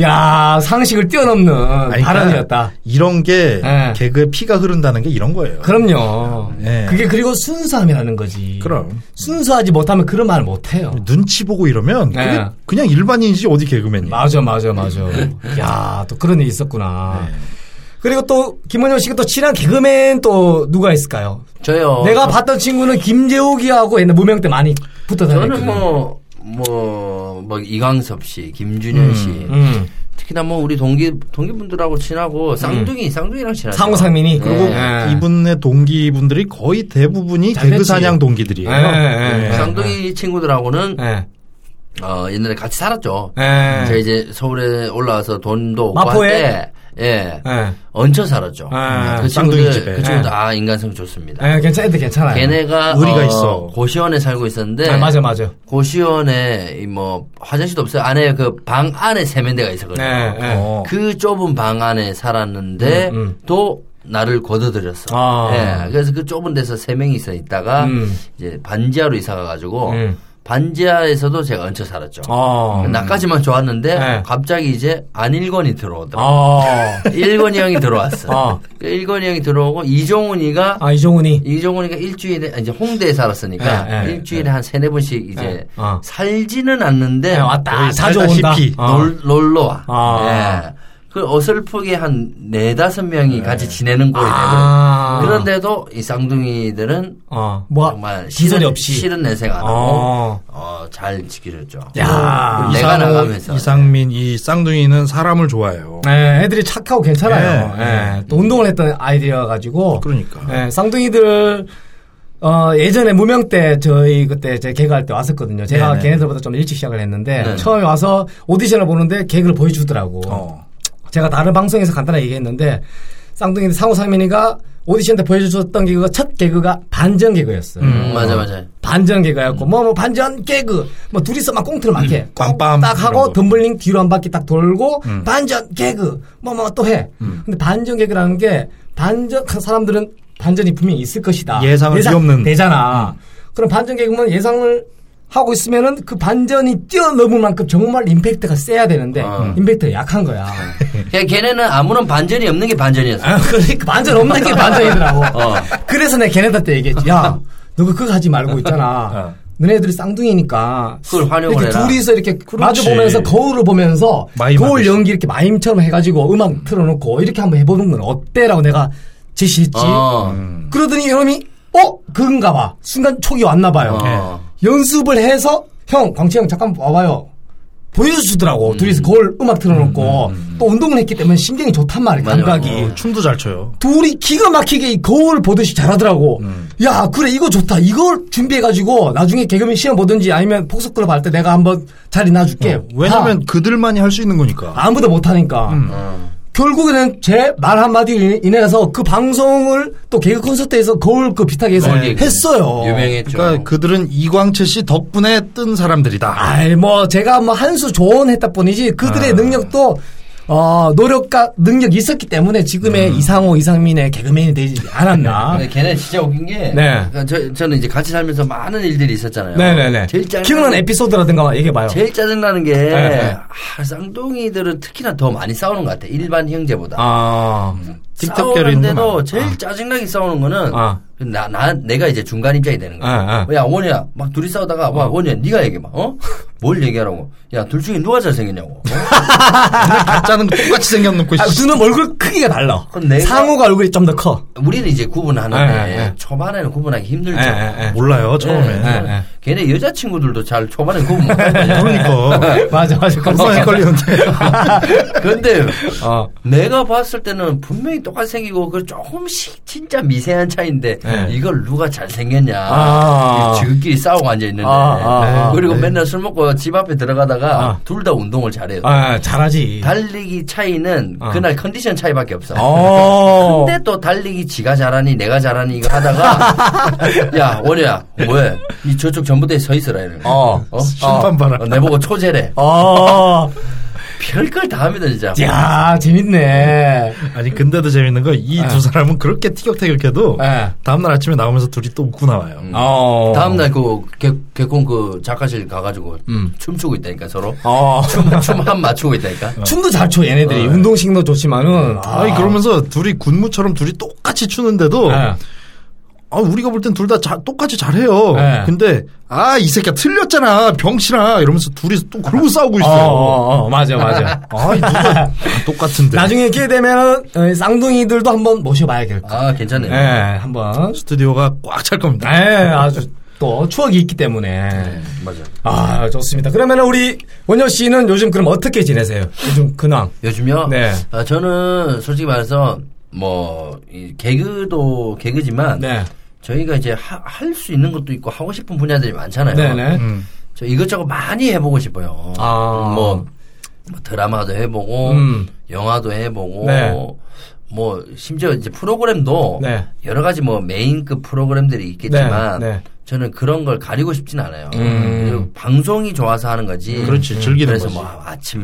[SPEAKER 5] 야 상식을 뛰어넘는
[SPEAKER 1] 아니, 그러니까
[SPEAKER 5] 발언이었다.
[SPEAKER 1] 이런 게
[SPEAKER 5] 예.
[SPEAKER 1] 개그에 피가 흐른다는 게 이런 거예요.
[SPEAKER 5] 그럼요.
[SPEAKER 1] 네.
[SPEAKER 5] 그게 그리고 순수함이라는 거지.
[SPEAKER 1] 그럼.
[SPEAKER 5] 순수하지 못하면 그런 말을 못 해요.
[SPEAKER 1] 눈치 보고 이러면 그게
[SPEAKER 5] 예.
[SPEAKER 1] 그냥 일반인이지 어디 개그맨이야.
[SPEAKER 5] 맞아 맞아 네. 맞아. 야, 또 그런 일이 있었구나. 그리고 또 김원영 씨가 또 친한 개그맨 또 누가 있을까요?
[SPEAKER 4] 어, 저요
[SPEAKER 5] 내가 봤던 친구는 김재욱이하고 옛날 무명 때 많이 붙어
[SPEAKER 4] 저는
[SPEAKER 5] 다녔거든요.
[SPEAKER 4] 뭐 뭐, 뭐, 이광섭 씨, 김준현 씨,
[SPEAKER 5] 음.
[SPEAKER 4] 특히나 뭐 우리 동기 동기분들하고 친하고 쌍둥이 쌍둥이랑 친하죠.
[SPEAKER 5] 음.
[SPEAKER 4] 네.
[SPEAKER 5] 상호상민이
[SPEAKER 1] 그리고
[SPEAKER 5] 예.
[SPEAKER 1] 이분의 동기분들이 거의 대부분이
[SPEAKER 5] 잘
[SPEAKER 1] 개그
[SPEAKER 5] 됐지.
[SPEAKER 1] 사냥 동기들이에요. 네.
[SPEAKER 5] 예, 예, 예.
[SPEAKER 4] 쌍둥이 친구들하고는
[SPEAKER 5] 예.
[SPEAKER 4] 어, 옛날에 같이 살았죠.
[SPEAKER 5] 예.
[SPEAKER 4] 제가 이제 서울에 올라와서 돈도 없고
[SPEAKER 5] 마포에?
[SPEAKER 4] 할때 예.
[SPEAKER 5] 예.
[SPEAKER 4] 얹혀 살았죠.
[SPEAKER 5] 예.
[SPEAKER 1] 쌍둥이
[SPEAKER 4] 그 친구들
[SPEAKER 1] 집에.
[SPEAKER 4] 그 친구들
[SPEAKER 5] 예.
[SPEAKER 4] 아 인간성 좋습니다.
[SPEAKER 5] 예, 괜찮아요, 괜찮아요.
[SPEAKER 4] 걔네가 네.
[SPEAKER 1] 의리가
[SPEAKER 4] 어,
[SPEAKER 1] 있어.
[SPEAKER 4] 고시원에 살고 있었는데
[SPEAKER 5] 아, 맞아, 맞아.
[SPEAKER 4] 고시원에 이뭐 화장실도 없어요. 안에 그 방 안에 세면대가 있었거든요.
[SPEAKER 5] 네, 네.
[SPEAKER 1] 어.
[SPEAKER 4] 그 좁은 방 안에 살았는데
[SPEAKER 5] 음, 음.
[SPEAKER 4] 또 나를 거둬들였어.
[SPEAKER 5] 아.
[SPEAKER 4] 예, 그래서 그 좁은 데서 세 명이서 있다가
[SPEAKER 5] 음.
[SPEAKER 4] 이제 반지하로 이사가가지고
[SPEAKER 5] 음.
[SPEAKER 4] 반지하에서도 제가 얹혀 살았죠.
[SPEAKER 5] 어.
[SPEAKER 4] 나까지만 좋았는데
[SPEAKER 5] 네.
[SPEAKER 4] 갑자기 이제 안일건이 들어오더라고.
[SPEAKER 5] 어.
[SPEAKER 4] 일건이 형이 들어왔어.
[SPEAKER 5] 어.
[SPEAKER 4] 그 일건이 형이 들어오고 이종훈이가
[SPEAKER 5] 아, 이종훈이.
[SPEAKER 4] 이종훈이가 일주일에 아, 이제 홍대에 살았으니까
[SPEAKER 5] 네, 네,
[SPEAKER 4] 일주일에 한 세네 번씩 이제
[SPEAKER 5] 네, 어.
[SPEAKER 4] 살지는 않는데
[SPEAKER 5] 네, 왔다.
[SPEAKER 1] 거의
[SPEAKER 5] 자주
[SPEAKER 1] 살다시피
[SPEAKER 5] 온다. 어.
[SPEAKER 4] 놀, 놀러 와.
[SPEAKER 5] 아.
[SPEAKER 4] 예. 그 어설프게 한 네다섯 명이 같이 지내는 꼴이
[SPEAKER 5] 아.
[SPEAKER 4] 되고 그런데도 이 쌍둥이들은
[SPEAKER 5] 어. 뭐,
[SPEAKER 4] 정말
[SPEAKER 5] 기설이
[SPEAKER 4] 싫은-
[SPEAKER 5] 없이.
[SPEAKER 4] 싫은 내색 안 하고
[SPEAKER 5] 어.
[SPEAKER 4] 어, 잘 지키렸죠.
[SPEAKER 5] 야.
[SPEAKER 1] 아.
[SPEAKER 4] 내가
[SPEAKER 1] 이상호,
[SPEAKER 4] 나가면서
[SPEAKER 1] 이상민 이 쌍둥이는 사람을 좋아해요.
[SPEAKER 5] 예, 애들이 착하고 괜찮아요.
[SPEAKER 1] 네.
[SPEAKER 5] 예, 또 운동을 했던 아이디어 가지고.
[SPEAKER 1] 그러니까.
[SPEAKER 5] 예, 쌍둥이들, 어, 예전에 무명 때 저희 그때 제 개그할 때 왔었거든요. 제가
[SPEAKER 1] 네네.
[SPEAKER 5] 걔네들보다 좀 일찍 시작을 했는데,
[SPEAKER 4] 네.
[SPEAKER 5] 처음에 와서 오디션을 보는데 개그를 보여주더라고.
[SPEAKER 1] 어.
[SPEAKER 5] 제가 다른 방송에서 간단하게 얘기했는데 쌍둥이 상호 상민이가 오디션 때 보여줬던 개그가 첫 개그가 반전 개그였어요.
[SPEAKER 4] 음, 맞아 맞아.
[SPEAKER 5] 반전 개그였고 뭐 뭐 반전 개그 뭐 둘이서 막 꽁트를 막 해. 꽁
[SPEAKER 1] 빰빰
[SPEAKER 5] 딱
[SPEAKER 1] 음, 이런
[SPEAKER 5] 하고
[SPEAKER 1] 거. 음.
[SPEAKER 5] 덤블링 뒤로 한 바퀴 딱 돌고 반전 개그 뭐 뭐 또 해. 근데 반전 개그라는 게 반전 사람들은 반전이 분명히 있을 것이다.
[SPEAKER 1] 예상을 뒤엎는. 음.
[SPEAKER 5] 되잖아. 그럼 반전 개그면 예상을 하고 있으면은 그 반전이 뛰어넘을 만큼 정말 임팩트가 세야 되는데
[SPEAKER 1] 아.
[SPEAKER 4] 어.
[SPEAKER 5] 임팩트가 약한 거야.
[SPEAKER 4] 걔- 걔네는 아무런 반전이 없는 게 반전이었어.
[SPEAKER 5] 아, 그러니까 반전 없는 게 반전이더라고. 그래서 내가 걔네들한테 얘기했지. 야, 너가 그거 하지 말고 있잖아. 너네들이 쌍둥이니까
[SPEAKER 4] 그걸 활용을
[SPEAKER 5] 이렇게
[SPEAKER 4] 해라.
[SPEAKER 5] 둘이서 이렇게 마주 보면서 거울을 보면서
[SPEAKER 1] 마임
[SPEAKER 5] 거울
[SPEAKER 1] 하듯이.
[SPEAKER 5] 연기 이렇게 마임처럼 해가지고 음악 틀어놓고 이렇게 한번 해보는 건 어때라고 내가 제시했지.
[SPEAKER 4] 어.
[SPEAKER 5] 음. 그러더니 이놈이 어 그건가 봐. 순간 촉이 왔나 봐요.
[SPEAKER 4] 어.
[SPEAKER 5] 연습을 해서 형 광채 형 잠깐 와봐요. 보여주더라고. 둘이서 거울 음악 틀어놓고 또 운동을 했기 때문에 신경이 좋단 말이야
[SPEAKER 4] 맞아.
[SPEAKER 5] 감각이.
[SPEAKER 1] 어, 춤도 잘 춰요.
[SPEAKER 5] 둘이 기가 막히게 이 거울 보듯이 잘하더라고.
[SPEAKER 1] 음.
[SPEAKER 5] 야, 그래, 이거 좋다. 이걸 준비해가지고 나중에 개그맨 시험 보든지 아니면 폭스클럽 할 때 내가 한번 자리 놔줄게.
[SPEAKER 1] 어, 왜냐면 음.
[SPEAKER 5] 다.
[SPEAKER 1] 그들만이 할 수 있는 거니까.
[SPEAKER 5] 아무도 못하니까.
[SPEAKER 4] 어.
[SPEAKER 5] 결국에는 제 말 한마디로 인해서 그 방송을 또 개그 콘서트에서 거울 그 비슷하게 해서
[SPEAKER 4] 네.
[SPEAKER 5] 했어요.
[SPEAKER 4] 유명했죠.
[SPEAKER 1] 그러니까 그들은 이광채 씨 덕분에 뜬 사람들이다.
[SPEAKER 5] 아이, 뭐, 제가 뭐 한 수 조언했다 뿐이지
[SPEAKER 4] 아.
[SPEAKER 5] 그들의 능력도 어, 노력과 능력이 있었기 때문에 지금의 이상호, 이상민의 개그맨이 되지 않았나.
[SPEAKER 4] 근데 음. 걔네 진짜 웃긴 게
[SPEAKER 5] 네.
[SPEAKER 4] 그러니까 저, 저는 이제 같이 살면서 많은 일들이 있었잖아요.
[SPEAKER 5] 네네네.
[SPEAKER 4] 제일 짜증
[SPEAKER 5] 기억나는 에피소드라든가 얘기해봐요.
[SPEAKER 4] 제일 짜증나는 게
[SPEAKER 5] 네.
[SPEAKER 4] 아, 쌍둥이들은 특히나 더 많이 싸우는 것 같아. 일반 형제보다.
[SPEAKER 5] 아,
[SPEAKER 1] 틱톡 결이는
[SPEAKER 4] 싸우는데도
[SPEAKER 1] 많아.
[SPEAKER 4] 제일 짜증나게 싸우는 거는 그
[SPEAKER 5] 아.
[SPEAKER 4] 나, 나 내가 이제 중간 입장이 되는 거야.
[SPEAKER 5] 아,
[SPEAKER 4] 야 원이야 막 둘이 싸우다가 와 원이야 네가 얘기해 봐. 어? 뭘 얘기하라고? 야 둘 중에 누가 잘생겼냐고. 어?
[SPEAKER 2] 가짜는 똑같이 생겼는고
[SPEAKER 5] 아, 눈은 얼굴 크기가 달라.
[SPEAKER 4] 그건 내가-
[SPEAKER 5] 상호가 얼굴이 좀 더 커.
[SPEAKER 4] 우리는 이제 구분하는데
[SPEAKER 1] 아,
[SPEAKER 5] 예, 예, 예.
[SPEAKER 4] 초반에는 구분하기 힘들죠.
[SPEAKER 5] 예, 예, 예.
[SPEAKER 1] 몰라요 아, 처음에. 아,
[SPEAKER 5] 예, 예.
[SPEAKER 4] 걔네 여자친구들도 잘 초반에
[SPEAKER 1] [LAUGHS]
[SPEAKER 4] 구분 못하거든요.
[SPEAKER 1] 그러니까
[SPEAKER 5] [LAUGHS] 맞아, 맞아.
[SPEAKER 2] 금방 헷갈리는데.
[SPEAKER 4] 근데
[SPEAKER 5] 어.
[SPEAKER 4] 내가 봤을 때는 분명히 똑같이 생기고 그 조금씩 진짜 미세한 차이인데
[SPEAKER 5] 예.
[SPEAKER 4] 이걸 누가 잘 생겼냐
[SPEAKER 5] 아.
[SPEAKER 4] 지극끼리 싸우고 앉아 있는데
[SPEAKER 5] 아, 아, 아.
[SPEAKER 4] 그리고
[SPEAKER 5] 네.
[SPEAKER 4] 맨날 술 먹고 집 앞에 들어가다가
[SPEAKER 5] 아.
[SPEAKER 4] 둘 다 운동을 잘해요.
[SPEAKER 5] 아, 잘하지.
[SPEAKER 4] 달리기 차이는
[SPEAKER 5] 아.
[SPEAKER 4] 그날 컨디션 차이밖에 없어.
[SPEAKER 5] 어.
[SPEAKER 4] 근데 또 달리기 지가 잘하니 내가 잘하니 이거
[SPEAKER 5] [LAUGHS]
[SPEAKER 4] 하다가 야 원우야 뭐해 이 저쪽 전부대에 서 있어라 이러는 거야.
[SPEAKER 5] 어.
[SPEAKER 4] 어?
[SPEAKER 2] 심판 봐라.
[SPEAKER 4] 어, 내보고 초제래
[SPEAKER 5] 어.
[SPEAKER 4] 별걸 다 합니다
[SPEAKER 5] 예.
[SPEAKER 4] 진짜
[SPEAKER 5] 야, 재밌네.
[SPEAKER 1] 아니 근데도 재밌는 거 이
[SPEAKER 5] 네.
[SPEAKER 1] 두 사람은 그렇게 티격태격해도
[SPEAKER 5] 예.
[SPEAKER 1] 다음날 아침에 나오면서 둘이 또 웃고 나와요.
[SPEAKER 5] 어.
[SPEAKER 4] 다음날 그 개, 개콘 그 작가실 가가지고
[SPEAKER 5] 음.
[SPEAKER 4] 춤추고 있다니까 서로 [LAUGHS]
[SPEAKER 5] 어.
[SPEAKER 4] 춤 한 맞추고 있다니까
[SPEAKER 5] 춤도 잘 춰, 얘네들이. 운동신경도 좋지만은. 아,
[SPEAKER 1] 아니 그러면서 둘이 군무처럼 둘이 똑같이 추는데도
[SPEAKER 5] 예.
[SPEAKER 1] 아, 우리가 볼 땐 둘 다 똑같이 잘해요.
[SPEAKER 5] 네.
[SPEAKER 1] 근데 아 이 새끼야 틀렸잖아 병신아 이러면서 둘이 또 그러고 싸우고
[SPEAKER 5] 어,
[SPEAKER 1] 있어요.
[SPEAKER 5] 어, 어, 맞아,
[SPEAKER 1] [LAUGHS]
[SPEAKER 5] 맞아.
[SPEAKER 1] 아, 이 누가
[SPEAKER 5] [LAUGHS]
[SPEAKER 1] 아, 똑같은데.
[SPEAKER 5] 나중에 기회 되면 어, 쌍둥이들도 한번 모셔봐야겠다.
[SPEAKER 4] 아 괜찮네
[SPEAKER 5] 예,
[SPEAKER 4] 요
[SPEAKER 5] 한번.
[SPEAKER 1] 스튜디오가 꽉 찰
[SPEAKER 5] 예,
[SPEAKER 1] 겁니다.
[SPEAKER 5] 아주 또 추억이 있기 때문에.
[SPEAKER 4] 맞아
[SPEAKER 5] 아, 좋습니다. 그러면 우리 원효 씨는 요즘 그럼 어떻게 지내세요? 요즘 근황.
[SPEAKER 4] 요즘요
[SPEAKER 5] 네.
[SPEAKER 4] 아, 저는 솔직히 말해서 뭐 이 개그도 개그지만
[SPEAKER 5] 네.
[SPEAKER 4] 저희가 이제 할 수 있는 것도 있고 하고 싶은 분야들이 많잖아요
[SPEAKER 5] 네네.
[SPEAKER 1] 음.
[SPEAKER 4] 저 이것저것 많이 해보고 싶어요.
[SPEAKER 5] 아.
[SPEAKER 4] 뭐, 뭐 드라마도 해보고,
[SPEAKER 5] 음.
[SPEAKER 4] 영화도 해보고,
[SPEAKER 5] 네.
[SPEAKER 4] 뭐 심지어 이제 프로그램도
[SPEAKER 5] 네.
[SPEAKER 4] 여러 가지 뭐 메인급 프로그램들이 있겠지만
[SPEAKER 5] 네, 네.
[SPEAKER 4] 저는 그런 걸 가리고 싶진 않아요.
[SPEAKER 5] 음.
[SPEAKER 4] 그리고 방송이 좋아서 하는 거지.
[SPEAKER 1] 그렇지, 즐기는
[SPEAKER 4] 그래서
[SPEAKER 1] 거지.
[SPEAKER 4] 뭐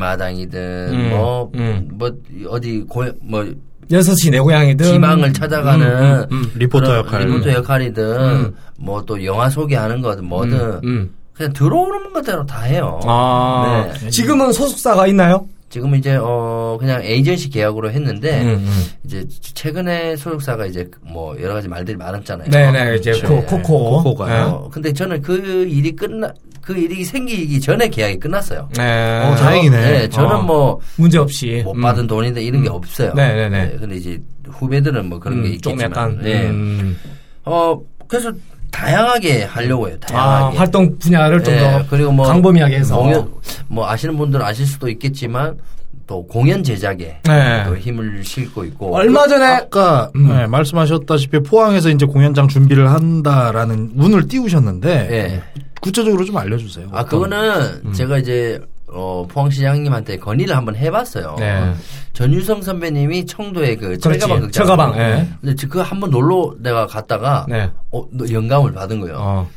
[SPEAKER 4] 아침마당이든
[SPEAKER 5] 음,
[SPEAKER 4] 뭐,
[SPEAKER 5] 음.
[SPEAKER 4] 뭐 어디 고, 뭐
[SPEAKER 5] 여섯 시 내 고향이든.
[SPEAKER 4] 지망을 찾아가는
[SPEAKER 5] 음,
[SPEAKER 1] 리포터
[SPEAKER 4] 그런
[SPEAKER 1] 역할.
[SPEAKER 4] 어, 리포터 역할이든 뭐 또 영화 소개하는 거든 뭐든
[SPEAKER 5] 음.
[SPEAKER 4] 그냥 들어오는 것대로 다 해요.
[SPEAKER 5] 아.
[SPEAKER 4] 네.
[SPEAKER 5] 지금은 소속사가 있나요?
[SPEAKER 4] 지금 이제 어 그냥 에이전시 계약으로 했는데
[SPEAKER 5] 음, 음.
[SPEAKER 4] 이제 최근에 소속사가 이제 뭐 여러 가지 말들이 많았잖아요.
[SPEAKER 5] 네네. 이제
[SPEAKER 4] 그렇죠.
[SPEAKER 5] 코, 네. 코코.
[SPEAKER 1] 코코가요.
[SPEAKER 4] 어, 근데 저는 그 일이 끝나 그 일이 생기기 전에 계약이 끝났어요.
[SPEAKER 5] 네. 네.
[SPEAKER 1] 어, 다행이네.
[SPEAKER 4] 네, 저는
[SPEAKER 5] 어.
[SPEAKER 4] 뭐
[SPEAKER 5] 문제 없이.
[SPEAKER 4] 못
[SPEAKER 5] 음.
[SPEAKER 4] 받은 돈인데 이런 게 없어요.
[SPEAKER 5] 네네네.
[SPEAKER 4] 근데 이제 후배들은 뭐 그런 게
[SPEAKER 5] 음, 좀
[SPEAKER 4] 있겠지만.
[SPEAKER 5] 약간.
[SPEAKER 4] 네.
[SPEAKER 5] 음.
[SPEAKER 4] 어 그래서 다양하게 하려고 해요.
[SPEAKER 5] 아,
[SPEAKER 4] 다양하게.
[SPEAKER 5] 활동 분야를 좀
[SPEAKER 4] 예,
[SPEAKER 5] 더
[SPEAKER 4] 그리고 뭐
[SPEAKER 5] 광범위하게 해서.
[SPEAKER 4] 공연, 뭐 아시는 분들은 아실 수도 있겠지만 또 공연 제작에
[SPEAKER 5] 네.
[SPEAKER 4] 또 힘을 싣고 있고
[SPEAKER 5] 얼마 전에
[SPEAKER 1] 아까
[SPEAKER 5] 음.
[SPEAKER 1] 네, 말씀하셨다시피 포항에서 이제 공연장 준비를 한다라는 운을 띄우셨는데
[SPEAKER 4] 예.
[SPEAKER 1] 구체적으로 좀 알려주세요.
[SPEAKER 4] 아 그거는
[SPEAKER 5] 음.
[SPEAKER 4] 제가 이제 어, 포항시장님한테 건의를 한번 해봤어요.
[SPEAKER 5] 네.
[SPEAKER 4] 전유성 선배님이 청도의 그 철가방 극장.
[SPEAKER 5] 철가방, 예.
[SPEAKER 4] 근데 저 그거 한번 놀러 내가 갔다가
[SPEAKER 5] 네.
[SPEAKER 4] 어, 너 영감을 받은 거예요.
[SPEAKER 5] 어.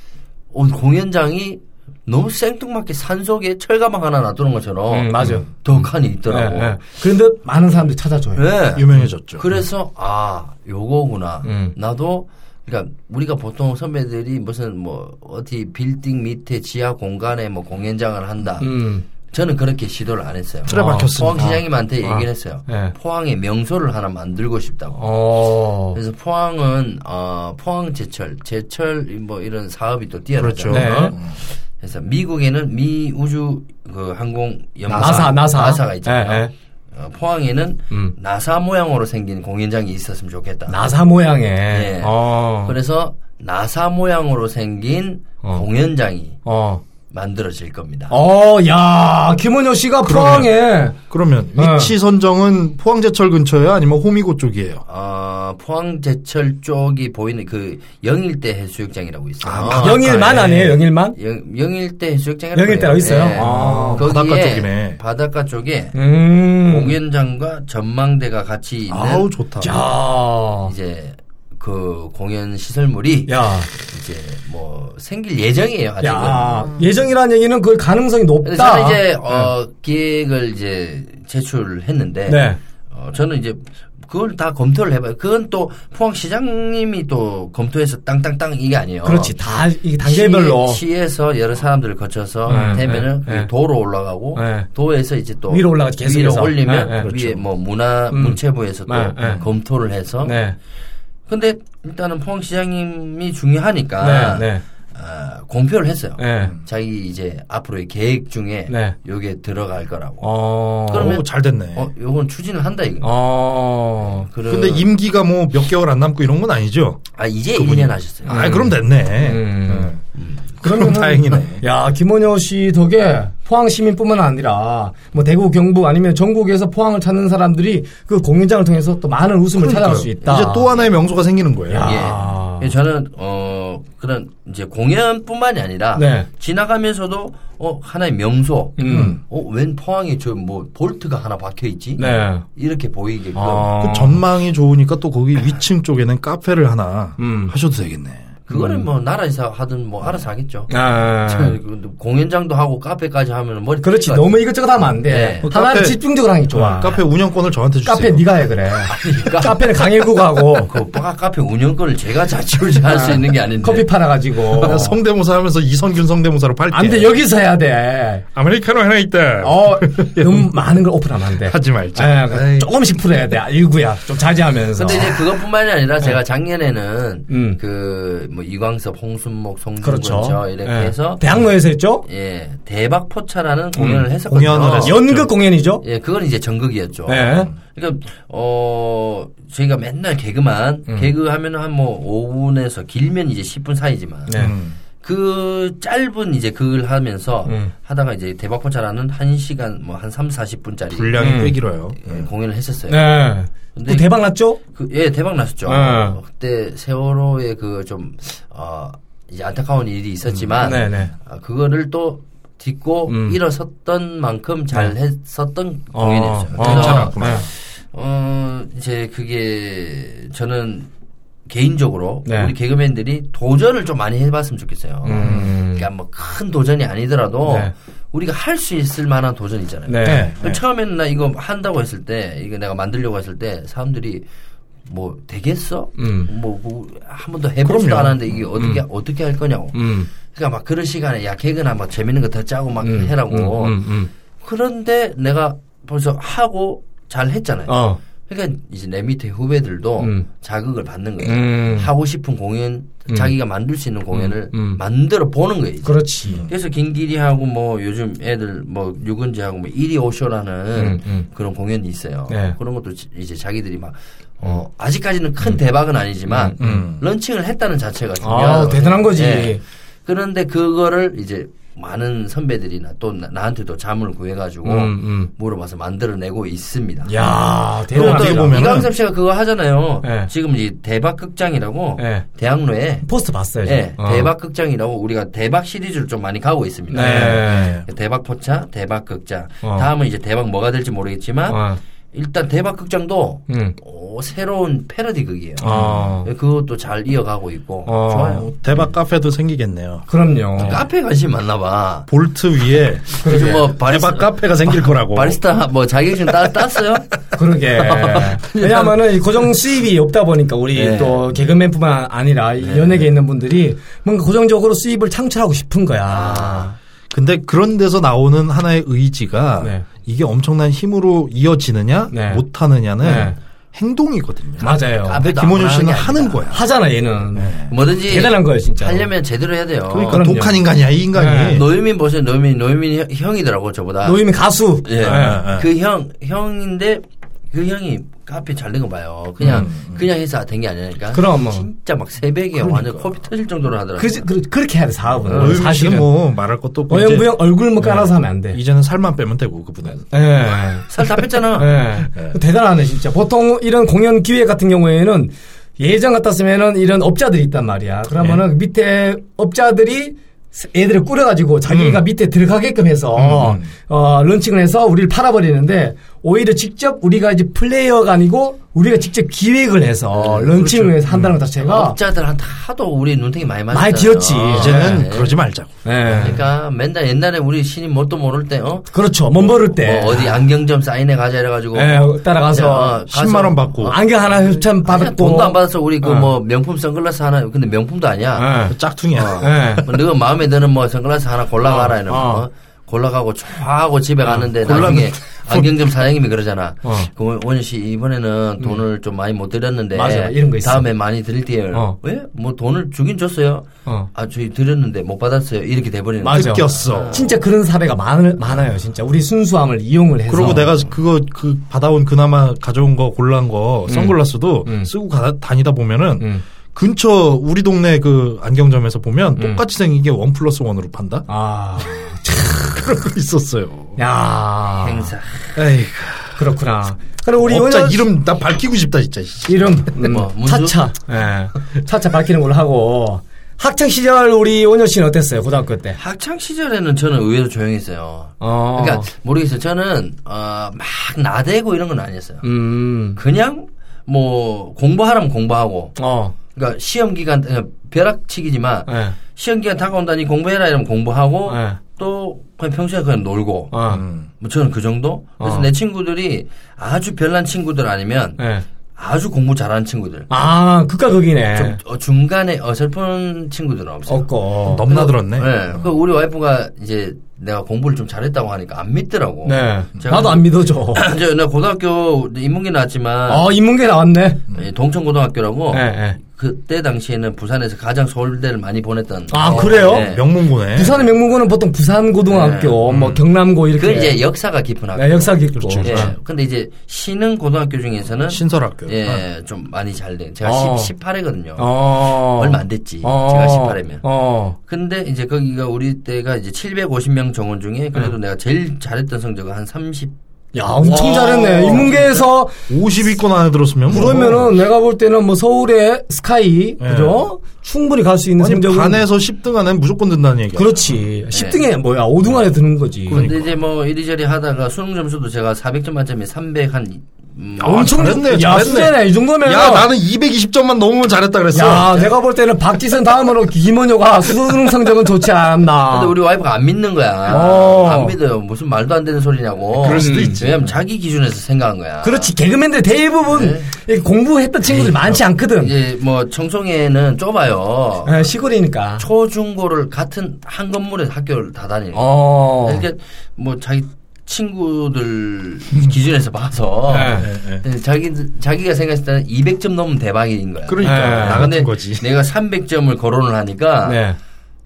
[SPEAKER 4] 어, 공연장이 너무 생뚱맞게 산 속에 철가방 하나 놔두는 것처럼
[SPEAKER 5] 음, 맞아요.
[SPEAKER 4] 더 칸이 있더라고.
[SPEAKER 5] 예, 예. 그런데 많은 사람들이 찾아줘요.
[SPEAKER 4] 예.
[SPEAKER 1] 유명해졌죠.
[SPEAKER 4] 그래서 아 요거구나.
[SPEAKER 5] 음.
[SPEAKER 4] 나도 그러니까 우리가 보통 선배들이 무슨 뭐 어디 빌딩 밑에 지하 공간에 뭐 공연장을 한다.
[SPEAKER 5] 음.
[SPEAKER 4] 저는 그렇게 시도를 안 했어요.
[SPEAKER 1] 틀에 박혔으니까.
[SPEAKER 4] 포항시장님한테 얘기를 했어요.
[SPEAKER 5] 예.
[SPEAKER 4] 포항에 명소를 하나 만들고 싶다고.
[SPEAKER 5] 어.
[SPEAKER 4] 그래서 포항은 어, 포항 제철, 제철 뭐 이런 사업이 또 뛰어나죠.
[SPEAKER 1] 그렇죠.
[SPEAKER 5] 네.
[SPEAKER 4] 그래서 미국에는 미 우주 그 항공
[SPEAKER 5] 나사,
[SPEAKER 4] 연구사
[SPEAKER 5] 나사.
[SPEAKER 4] 가 있잖아요.
[SPEAKER 5] 예, 예.
[SPEAKER 4] 어, 포항에는
[SPEAKER 5] 음.
[SPEAKER 4] 나사 모양으로 생긴 공연장이 있었으면 좋겠다.
[SPEAKER 5] 나사 모양의.
[SPEAKER 4] 예.
[SPEAKER 5] 어.
[SPEAKER 4] 그래서 나사 모양으로 생긴
[SPEAKER 5] 어.
[SPEAKER 4] 공연장이
[SPEAKER 5] 어.
[SPEAKER 4] 만들어질 겁니다.
[SPEAKER 5] 어, 야, 김은효 씨가 포항에.
[SPEAKER 1] 그러면
[SPEAKER 5] 네.
[SPEAKER 1] 위치 선정은 포항제철 근처예요, 아니면 호미곶 쪽이에요?
[SPEAKER 4] 어, 포항 제철 쪽이 보이는 그 영일대 해수욕장이라고 있어요.
[SPEAKER 1] 아, 영-
[SPEAKER 5] 영일만
[SPEAKER 1] 예.
[SPEAKER 5] 아니에요, 영일만?
[SPEAKER 4] 영, 일대 해수욕장이라고
[SPEAKER 5] 영일대가
[SPEAKER 4] 해요.
[SPEAKER 5] 있어요?
[SPEAKER 4] 예.
[SPEAKER 5] 아,
[SPEAKER 4] 거기에
[SPEAKER 1] 바닷가 쪽이네.
[SPEAKER 4] 바닷가 쪽에
[SPEAKER 5] 음.
[SPEAKER 4] 예. 공연장과 전망대가 같이
[SPEAKER 5] 네.
[SPEAKER 4] 있는
[SPEAKER 1] 아우 좋다.
[SPEAKER 5] 야.
[SPEAKER 4] 이제 그 공연 시설물이
[SPEAKER 5] 야.
[SPEAKER 4] 이제 뭐 생길 예정이에요 아직은.
[SPEAKER 5] 야. 예정이라는 얘기는 그 가능성이 높다.
[SPEAKER 4] 근데
[SPEAKER 5] 네.
[SPEAKER 4] 저는 이제 어, 기획을 이제 제출했는데
[SPEAKER 5] 네.
[SPEAKER 4] 어, 저는 이제 그걸 다 검토를 해봐요. 그건 또 포항시장님이 또 검토해서 땅땅땅 이게 아니에요.
[SPEAKER 5] 그렇지. 다, 이 단계별로.
[SPEAKER 4] 어. 시, 에서 여러 사람들을 거쳐서
[SPEAKER 5] 네,
[SPEAKER 4] 되면은
[SPEAKER 5] 네, 네.
[SPEAKER 4] 도로 올라가고
[SPEAKER 5] 네.
[SPEAKER 4] 도에서 이제 또
[SPEAKER 5] 위로 올라가서 계속
[SPEAKER 4] 위로
[SPEAKER 5] 해서.
[SPEAKER 4] 올리면
[SPEAKER 5] 네, 네,
[SPEAKER 4] 위에 뭐 문화
[SPEAKER 5] 음.
[SPEAKER 4] 문체부에서 또
[SPEAKER 5] 네, 네.
[SPEAKER 4] 검토를 해서
[SPEAKER 5] 네.
[SPEAKER 4] 근데 일단은 포항시장님이 중요하니까
[SPEAKER 5] 네. 네.
[SPEAKER 4] 어, 공표를 했어요.
[SPEAKER 5] 네.
[SPEAKER 4] 자기 이제 앞으로의 계획 중에
[SPEAKER 5] 네.
[SPEAKER 4] 요게 들어갈 거라고.
[SPEAKER 5] 어.
[SPEAKER 4] 그러면-
[SPEAKER 1] 오, 잘 됐네.
[SPEAKER 4] 어, 요건 추진을 한다 이거.
[SPEAKER 5] 어.
[SPEAKER 4] 그런-
[SPEAKER 1] 근데 임기가 뭐 몇 개월 안 남고 이런 건 아니죠?
[SPEAKER 4] 아 이제 1년 하셨어요.
[SPEAKER 1] 아, 그럼 됐네.
[SPEAKER 5] 음.
[SPEAKER 1] 음. 그럼 다행이네.
[SPEAKER 5] 야, 김원효 씨 덕에 포항 시민뿐만 아니라 뭐 대구, 경북 아니면 전국에서 포항을 찾는 사람들이 그 공연장을 통해서 또 많은 웃음을 찾아갈 수 있다.
[SPEAKER 1] 이제 또 하나의 명소가 생기는 거예요.
[SPEAKER 5] 야.
[SPEAKER 4] 예. 예, 저는 어 그런 이제 공연뿐만이 아니라
[SPEAKER 5] 네.
[SPEAKER 4] 지나가면서도 어 하나의 명소.
[SPEAKER 5] 음.
[SPEAKER 4] 어웬 포항에 저 뭐 볼트가 하나 박혀 있지?
[SPEAKER 5] 네.
[SPEAKER 4] 이렇게 보이게끔.
[SPEAKER 5] 아.
[SPEAKER 1] 그 전망이 좋으니까 또 거기 위층 쪽에는 카페를 하나
[SPEAKER 5] 음.
[SPEAKER 1] 하셔도 되겠네.
[SPEAKER 4] 그거는 뭐 나라에서 하든 뭐 알아서 하겠죠.
[SPEAKER 5] 아.
[SPEAKER 4] 참, 공연장도 하고 카페까지 하면 머리
[SPEAKER 5] 그렇지.
[SPEAKER 4] 뜰것
[SPEAKER 5] 너무 이것저것 하면 안 돼. 뭐
[SPEAKER 4] 네.
[SPEAKER 1] 어,
[SPEAKER 5] 하나를
[SPEAKER 1] 카페- 어,
[SPEAKER 5] 집중적으로 하는 게
[SPEAKER 1] 네,
[SPEAKER 5] 좋아.
[SPEAKER 1] 카페 운영권을 저한테 주세요.
[SPEAKER 5] 카페 네가 해
[SPEAKER 1] [LAUGHS]
[SPEAKER 5] 그래.
[SPEAKER 4] 같으니까.
[SPEAKER 5] 카페는 강일구가
[SPEAKER 1] 네.
[SPEAKER 5] 하고
[SPEAKER 4] 그 바가 카페 운영권을 제가 자치우지 할 수 있는 게 아닌데.
[SPEAKER 5] 커피 팔아가지고
[SPEAKER 1] [LAUGHS] 나 어. 성대모사 하면서 이선균 성대모사로 팔게.
[SPEAKER 5] 안 돼 여기서 해야 돼.
[SPEAKER 1] 아메리카노 하나 있다. [LAUGHS]
[SPEAKER 5] 어 너무 많은 걸 오픈하면 안 돼.
[SPEAKER 1] 하지 말자.
[SPEAKER 5] 예, 그
[SPEAKER 1] 에이.
[SPEAKER 5] 조금씩 풀어야 돼. 일구야 좀 자제하면서.
[SPEAKER 4] 근데 이제 그것뿐만이 아니라 제가 작년에는
[SPEAKER 5] 어. 네. 음.
[SPEAKER 4] 그 뭐 이광섭, 홍순목, 송중근
[SPEAKER 5] 그렇죠.
[SPEAKER 4] 저 이렇게
[SPEAKER 5] 예.
[SPEAKER 4] 해서
[SPEAKER 5] 대학로에서 했죠.
[SPEAKER 4] 예 대박 포차라는 공연을 했었거든요.
[SPEAKER 1] 공연을 했어요.
[SPEAKER 5] 연극 공연이죠.
[SPEAKER 4] 예, 그건 이제 전극이었죠.
[SPEAKER 5] 네.
[SPEAKER 4] 그러니까 어 저희가 맨날 개그만
[SPEAKER 5] 음.
[SPEAKER 4] 개그 하면은 한 뭐 5분에서 길면 이제 10분 사이지만
[SPEAKER 5] 네.
[SPEAKER 4] 그 짧은 이제 그걸 하면서
[SPEAKER 5] 음.
[SPEAKER 4] 하다가 이제 대박포차라는 1시간 뭐 한 3, 40분짜리 예,
[SPEAKER 1] 분량이
[SPEAKER 5] 음.
[SPEAKER 1] 꽤 길어요.
[SPEAKER 4] 공연을 했었어요.
[SPEAKER 5] 네.
[SPEAKER 4] 근데
[SPEAKER 5] 그 대박 났죠.
[SPEAKER 4] 그, 예, 대박 났었죠.
[SPEAKER 5] 네.
[SPEAKER 4] 어, 그때 세월호의 그 좀, 어, 이제 안타까운 일이 있었지만,
[SPEAKER 5] 네, 네.
[SPEAKER 4] 아, 그거를 또 딛고
[SPEAKER 5] 음. 네.
[SPEAKER 4] 일어섰던 만큼 잘 했었던
[SPEAKER 5] 어,
[SPEAKER 4] 공연이었어요.
[SPEAKER 5] 어,
[SPEAKER 4] 그래서,
[SPEAKER 1] 괜찮았구나.
[SPEAKER 4] 어, 이제 그게 저는 개인적으로
[SPEAKER 5] 네.
[SPEAKER 4] 우리 개그맨들이 도전을 좀 많이 해봤으면 좋겠어요.
[SPEAKER 5] 음.
[SPEAKER 4] 그러니까 뭐 큰 도전이 아니더라도
[SPEAKER 5] 네.
[SPEAKER 4] 우리가 할 수 있을 만한 도전 있잖아요.
[SPEAKER 5] 네.
[SPEAKER 1] 네.
[SPEAKER 4] 그 처음에는 나 이거 한다고 했을 때, 이거 내가 만들려고 했을 때, 사람들이 뭐 되겠어?
[SPEAKER 5] 음.
[SPEAKER 4] 뭐, 한 번 더 해보지도
[SPEAKER 1] 그럼요.
[SPEAKER 4] 않았는데 이게 어떻게 어떻게 할 거냐고.
[SPEAKER 5] 음.
[SPEAKER 4] 그러니까 막 그런 시간에 야 개그나 막 재밌는 거 더 짜고 막
[SPEAKER 5] 음,
[SPEAKER 4] 해라고.
[SPEAKER 5] 음, 음,
[SPEAKER 4] 그런데 내가 벌써 하고 잘 했잖아요.
[SPEAKER 5] 음. 어.
[SPEAKER 4] 그러니까 이제 내 밑에 후배들도
[SPEAKER 5] 음.
[SPEAKER 4] 자극을 받는 거예요.
[SPEAKER 5] 음.
[SPEAKER 4] 하고 싶은 공연, 자기가 만들 수 있는 공연을
[SPEAKER 5] 음.
[SPEAKER 4] 만들어 보는 거예요. 이제.
[SPEAKER 5] 그렇지.
[SPEAKER 4] 그래서 김기리하고 뭐 요즘 애들 뭐 유근재하고 뭐 이리 오쇼라는
[SPEAKER 5] 음, 음.
[SPEAKER 4] 그런 공연이 있어요.
[SPEAKER 5] 네. 음.
[SPEAKER 4] 그런 것도 지- 이제 자기들이 막 어, 아직까지는 큰 대박은 아니지만 런칭을 했다는 자체가 중요하거든요.
[SPEAKER 5] 아, 대단한 거지.
[SPEAKER 4] 예. 그런데 그거를 이제 많은 선배들이나 또 나- 나한테도 자문을 구해가지고
[SPEAKER 5] 음, 음.
[SPEAKER 4] 물어봐서 만들어내고 있습니다.
[SPEAKER 5] 야,
[SPEAKER 1] 어떻게
[SPEAKER 5] 대단하다.
[SPEAKER 1] 보면- 보면은-
[SPEAKER 4] 이광섭 씨가 그거 하잖아요.
[SPEAKER 5] 예.
[SPEAKER 4] 지금 이 대박 극장이라고
[SPEAKER 5] 예.
[SPEAKER 4] 대학로에
[SPEAKER 5] 포스트 봤어요. 지금.
[SPEAKER 4] 예,
[SPEAKER 5] 어.
[SPEAKER 4] 대박 극장이라고 우리가 대박 시리즈를 좀 많이 가고 있습니다.
[SPEAKER 5] 네.
[SPEAKER 4] 대박 포차, 대박 극장.
[SPEAKER 5] 어.
[SPEAKER 4] 다음은 이제 대박 뭐가 될지 모르겠지만
[SPEAKER 5] 어.
[SPEAKER 4] 일단 대박 극장도
[SPEAKER 5] 음.
[SPEAKER 4] 오, 새로운 패러디극이에요.
[SPEAKER 5] 어.
[SPEAKER 4] 예, 그것도 잘 이어가고 있고
[SPEAKER 5] 어.
[SPEAKER 4] 좋아요.
[SPEAKER 1] 어, 대박 카페도 생기겠네요.
[SPEAKER 5] 그럼요.
[SPEAKER 4] 카페 관심 많나 봐.
[SPEAKER 1] 볼트 위에
[SPEAKER 4] 요즘 뭐 바리스타,
[SPEAKER 1] 대박 카페가 생길 거라고.
[SPEAKER 4] 바리스타 뭐 자격증 따, 땄어요?
[SPEAKER 5] 그러게. 왜냐하면은 이 고정 수입이 없다 보니까 우리
[SPEAKER 4] 네.
[SPEAKER 5] 또 개그맨뿐만 아니라 이 연예계 있는 분들이 뭔가 고정적으로 수입을 창출하고 싶은 거야.
[SPEAKER 4] 아.
[SPEAKER 1] 근데 그런 데서 나오는 하나의 의지가
[SPEAKER 5] 네.
[SPEAKER 1] 이게 엄청난 힘으로 이어지느냐
[SPEAKER 5] 네.
[SPEAKER 1] 못하느냐는
[SPEAKER 5] 네.
[SPEAKER 1] 행동이거든요. 네.
[SPEAKER 5] 맞아요. 그
[SPEAKER 4] 카페도
[SPEAKER 1] 김원효
[SPEAKER 4] 아무나
[SPEAKER 1] 씨는
[SPEAKER 4] 하는 게
[SPEAKER 1] 하는
[SPEAKER 4] 아니다.
[SPEAKER 1] 거야.
[SPEAKER 5] 하잖아 얘는. [LAUGHS]
[SPEAKER 4] 뭐든지
[SPEAKER 5] 대단한 거예요 진짜.
[SPEAKER 4] 하려면 제대로 해야 돼요.
[SPEAKER 1] 그러니까
[SPEAKER 5] 그럼요.
[SPEAKER 1] 독한 인간이야 이 인간이.
[SPEAKER 5] 네.
[SPEAKER 4] 노유민 보세요. 노유민 노유민 형- 형이더라고 저보다.
[SPEAKER 5] 노이면 가수. 네.
[SPEAKER 4] 예.
[SPEAKER 5] 아,
[SPEAKER 1] 예, 예.
[SPEAKER 4] 그 형, 형인데, 그 형이 카페 잘 된 거 봐요. 그냥, 그냥 회사 된 게 아니라니까.
[SPEAKER 5] 음,
[SPEAKER 4] 그러니까
[SPEAKER 5] 그럼 뭐. 그러니까.
[SPEAKER 4] 진짜 막 새벽에 완전 코피 터질 정도로 하더라고요.
[SPEAKER 5] 그, 그, 그렇게 해야 돼 사업은.
[SPEAKER 1] 노유민 씨는
[SPEAKER 5] 사실은.
[SPEAKER 1] 뭐 말할 것도 없고 이제, 네. 예,
[SPEAKER 5] 어영부영 얼굴 뭐 깔아서 하면 안 돼.
[SPEAKER 1] 이제는 살만 빼면 되고 그분은.
[SPEAKER 5] 예.
[SPEAKER 4] 살 다 뺐잖아.
[SPEAKER 5] 예. 대단하네 진짜. 보통 이런 공연 기획 같은 경우에는 예전 같았으면은 이런 업자들이 있단 말이야.
[SPEAKER 1] 네.
[SPEAKER 5] 그러면은 밑에 업자들이 애들을 꾸려가지고
[SPEAKER 1] 음.
[SPEAKER 5] 자기가 밑에 들어가게끔 해서 어, 런칭을 해서 우리를 팔아버리는데 오히려 직접 우리가 이제 플레이어가 아니고 우리가 직접 기획을 해서
[SPEAKER 1] 네.
[SPEAKER 5] 런칭을
[SPEAKER 1] 그렇죠.
[SPEAKER 5] 해서 한다는 것
[SPEAKER 1] 음.
[SPEAKER 5] 자체가
[SPEAKER 4] 업자들한테 하도 우리 눈탱이 많이 맞았어.
[SPEAKER 5] 많이 뒤었지.
[SPEAKER 1] 이제는 그러지 말자고.
[SPEAKER 5] 예.
[SPEAKER 4] 그러니까 맨날 옛날에 우리 신입 뭣도 모를 때, 어?
[SPEAKER 5] 그렇죠. 먼버를 때
[SPEAKER 4] 뭐 어디 안경 좀 사인해 가자 이래가지고.
[SPEAKER 5] 예, 따라가서
[SPEAKER 4] 어, 가서
[SPEAKER 1] 10만 원 받고
[SPEAKER 5] 안경 하나 협찬
[SPEAKER 4] 아니야,
[SPEAKER 5] 받았고 어.
[SPEAKER 4] 돈도 안 받아서 우리 그 뭐 명품 선글라스 하나, 근데 명품도 아니야.
[SPEAKER 5] 예.
[SPEAKER 1] 그 짝퉁이야.
[SPEAKER 4] 어.
[SPEAKER 5] 예.
[SPEAKER 4] 뭐, 네가 마음에 드는 뭐 선글라스 하나 골라가라 이러면
[SPEAKER 5] 어.
[SPEAKER 4] 어. 골라가고 촤하고 집에 가는데 나중에 [LAUGHS] 안경점 사장님이 그러잖아.
[SPEAKER 5] 어.
[SPEAKER 4] 그 원- 원희 씨 이번에는 돈을 좀 많이 못 드렸는데
[SPEAKER 5] 음. 맞아, 이런 거 있어.
[SPEAKER 4] 다음에 많이 드릴게요.
[SPEAKER 5] 어.
[SPEAKER 4] 왜? 뭐 돈을 주긴 줬어요.
[SPEAKER 5] 어.
[SPEAKER 4] 아 저희 드렸는데 못 받았어요. 이렇게 돼버리는. 거야.
[SPEAKER 5] 예. 맞아.
[SPEAKER 2] 느꼈어.
[SPEAKER 5] 진짜 그런 사례가 많, 많아요. 진짜 우리 순수함을 이용을 해서.
[SPEAKER 1] 그리고 내가 그거 그 받아온 그나마 가져온 거 골라온 거 선글라스도
[SPEAKER 5] 음.
[SPEAKER 1] 쓰고 가, 다니다 보면은
[SPEAKER 5] 음.
[SPEAKER 1] 근처 우리 동네 그 안경점에서 보면
[SPEAKER 5] 음.
[SPEAKER 1] 똑같이 생긴 게 원 플러스 원으로 판다
[SPEAKER 5] 아,
[SPEAKER 1] [LAUGHS] 그런 거 있었어요.
[SPEAKER 5] 야,
[SPEAKER 4] 행사.
[SPEAKER 1] 에이,
[SPEAKER 5] 그렇구나. 그럼 우리
[SPEAKER 1] 업자
[SPEAKER 5] 오늘
[SPEAKER 1] 이름 나 밝히고 싶다 진짜. 씨.
[SPEAKER 5] 이름 음,
[SPEAKER 4] 뭐, 문수?
[SPEAKER 5] 차차 예. 차차 밝히는 걸로 하고 학창 시절 우리 원효 씨는 어땠어요 고등학교 때?
[SPEAKER 4] 학창 시절에는 저는 의외로 조용했어요.
[SPEAKER 5] 어,
[SPEAKER 4] 그러니까 모르겠어요. 저는 어, 막 나대고 이런 건 아니었어요.
[SPEAKER 5] 음,
[SPEAKER 4] 그냥 뭐 공부하라면 공부하고.
[SPEAKER 5] 어,
[SPEAKER 4] 그러니까 시험 기간 어, 벼락치기지만
[SPEAKER 5] 예,
[SPEAKER 4] 시험 기간 다가온다니 공부해라 이러면 공부하고
[SPEAKER 5] 예,
[SPEAKER 4] 또 그냥 평소에 그냥 놀고.
[SPEAKER 5] 어,
[SPEAKER 1] 음.
[SPEAKER 4] 뭐 저는 그 정도? 그래서
[SPEAKER 5] 어.
[SPEAKER 4] 내 친구들이 아주 별난 친구들 아니면
[SPEAKER 5] 예.
[SPEAKER 4] 아주 공부 잘하는 친구들.
[SPEAKER 5] 아, 극과 극이네.
[SPEAKER 4] 좀 어, 중간에 어설픈 친구들은 없어요.
[SPEAKER 5] 없고.
[SPEAKER 1] 넘나들었네.
[SPEAKER 5] 예.
[SPEAKER 4] 네. 그 우리 와이프가 이제 내가 공부를 좀 잘했다고 하니까 안 믿더라고.
[SPEAKER 5] 네.
[SPEAKER 4] 제가-
[SPEAKER 5] 나도 안 믿어줘.
[SPEAKER 4] 이제 내가 고등학교 인문계 나왔지만
[SPEAKER 5] 아, 인문계 나왔네.
[SPEAKER 4] 예, 동천고등학교라고
[SPEAKER 5] 예, 예.
[SPEAKER 4] 그때 당시에는 부산에서 가장 서울대를 많이 보냈던
[SPEAKER 5] 아, 그래요?
[SPEAKER 4] 네.
[SPEAKER 1] 명문고네.
[SPEAKER 5] 부산의 명문고는 보통 부산고등학교,
[SPEAKER 1] 예. 음.
[SPEAKER 5] 뭐 경남고 이렇게.
[SPEAKER 4] 그 이제 역사가 깊은 학교.
[SPEAKER 5] 네, 역사 깊고.
[SPEAKER 1] 그렇죠,
[SPEAKER 4] 예. 근데 이제 신흥 고등학교 중에서는
[SPEAKER 1] 신설학교.
[SPEAKER 4] 예, 좀 많이 잘 된. 제가
[SPEAKER 5] 어.
[SPEAKER 4] 18회거든요.
[SPEAKER 5] 어.
[SPEAKER 4] 얼마 안 됐지.
[SPEAKER 5] 어.
[SPEAKER 4] 제가 18회면.
[SPEAKER 5] 어.
[SPEAKER 4] 근데 이제 거기가 우리 때가 이제 750명 정원 중에 그래도 내가 제일 잘했던 성적은 한 30.
[SPEAKER 5] 야, 엄청 잘했네. 인문계에서
[SPEAKER 1] 50위권 안에 들었으면 뭐.
[SPEAKER 5] 그러면은 내가 볼 때는 뭐 서울의 스카이,
[SPEAKER 1] 예.
[SPEAKER 5] 그죠? 충분히 갈 수 있는
[SPEAKER 1] 아니
[SPEAKER 5] 성적은.
[SPEAKER 1] 반에서 예. 10등 안에 는 무조건 든다는 얘기야.
[SPEAKER 5] 그렇지. 10등에 뭐야, 5등 안에 드는 거지.
[SPEAKER 1] 그러니까.
[SPEAKER 4] 근데 이제 뭐 이리저리 하다가 수능 점수도 제가 400점 만점에 300 한. 음,
[SPEAKER 1] 아,
[SPEAKER 5] 엄청
[SPEAKER 1] 잘했네,
[SPEAKER 5] 야,
[SPEAKER 1] 잘했네.
[SPEAKER 5] 수제네. 이 정도면.
[SPEAKER 1] 야 나는 220점만 넘으면 잘했다 그랬어.
[SPEAKER 5] 야, 내가 볼 때는 박지선 다음으로 김원효가 수능 성적은 좋지 않나.
[SPEAKER 4] 근데 우리 와이프가 안 믿는 거야.
[SPEAKER 5] 어.
[SPEAKER 4] 안 믿어요. 무슨 말도 안 되는 소리냐고. 음.
[SPEAKER 1] 그럴 수도 있지.
[SPEAKER 4] 왜냐면 자기 기준에서 생각한 거야.
[SPEAKER 5] 그렇지. 개그맨들 대부분
[SPEAKER 1] 네.
[SPEAKER 5] 이 공부했던 친구들 이 많지
[SPEAKER 1] 예.
[SPEAKER 5] 않거든.
[SPEAKER 4] 이제 뭐 청송에는 좁아요.
[SPEAKER 5] 예, 시골이니까.
[SPEAKER 4] 초중고를 같은 한 건물에 학교를 다 다니는. 거야.
[SPEAKER 5] 어.
[SPEAKER 4] 그러니까 뭐 자기 친구들 기준에서 봐서 네,
[SPEAKER 1] 예,
[SPEAKER 4] 자기 자기가 생각했을 때는 200점 넘으면 대박인 거야. 네.
[SPEAKER 1] 그러니까
[SPEAKER 5] 예.
[SPEAKER 1] 나 같은
[SPEAKER 4] 근데
[SPEAKER 1] 거지.
[SPEAKER 4] 내가 300점을 거론을 하니까
[SPEAKER 5] 네.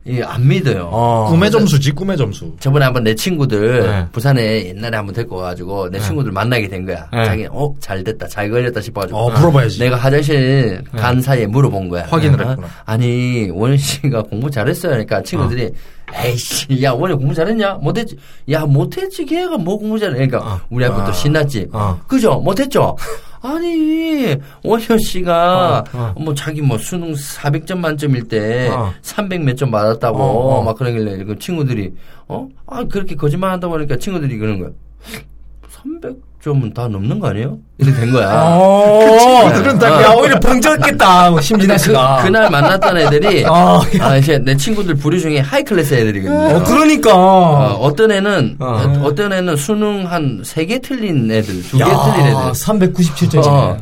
[SPEAKER 4] 이게 안 믿어요.
[SPEAKER 5] 어.
[SPEAKER 1] 꿈의 점수지 꿈의 점수.
[SPEAKER 4] 저번에 한번 내 친구들
[SPEAKER 5] 네.
[SPEAKER 4] 부산에 옛날에 한번 데리고 와가지고
[SPEAKER 1] 네.
[SPEAKER 4] 내 친구들 만나게 된 거야.
[SPEAKER 5] 네.
[SPEAKER 4] 자기 어 잘 됐다 잘 걸렸다 싶어가지고
[SPEAKER 1] 어 물어봐야지. 네.
[SPEAKER 4] 내가 화장실 간 사이에 물어본 거야.
[SPEAKER 1] 확인을
[SPEAKER 4] 어?
[SPEAKER 1] 했구나.
[SPEAKER 4] 아니 원희 씨가 공부 잘했어요. 그러니까 친구들이 에이씨 야 원희 공부 잘했냐? 못했지. 야 못했지 걔가 뭐 공부 잘해.
[SPEAKER 1] 어.
[SPEAKER 4] 그러니까 우리 아빠 또 신났지.
[SPEAKER 5] 어.
[SPEAKER 4] 그죠? 못했죠? 아니 원효 씨가
[SPEAKER 1] 어,
[SPEAKER 4] 뭐 자기 뭐 수능 400점 만점일 때
[SPEAKER 5] 어.
[SPEAKER 4] 300 몇 점 받았다고
[SPEAKER 5] 어, 어.
[SPEAKER 4] 막 그러길래 그 친구들이 어? 아 그렇게 거짓말 한다고 하니까 친구들이 그러는 거야. 300점은 다 넘는 거 아니에요? 이렇게 된
[SPEAKER 1] 어.
[SPEAKER 4] 거야.
[SPEAKER 5] 그
[SPEAKER 4] 친구들은 다
[SPEAKER 5] 야, 오히려 봉적겠다 심진아 씨가.
[SPEAKER 4] 그, 날 만났던
[SPEAKER 5] [LAUGHS]
[SPEAKER 4] 애들이
[SPEAKER 5] 어, 야.
[SPEAKER 4] 아, 이제 내 친구들 부류 중에 하이 클래스 애들이거든요.
[SPEAKER 5] 어, 그러니까.
[SPEAKER 4] 어, 떤 애는
[SPEAKER 5] 어.
[SPEAKER 4] 어. 떤 애는 수능 한 세 개 틀린 애들, 두 개
[SPEAKER 5] 야,
[SPEAKER 4] 틀린 애들.
[SPEAKER 5] 397점이네.
[SPEAKER 4] 어,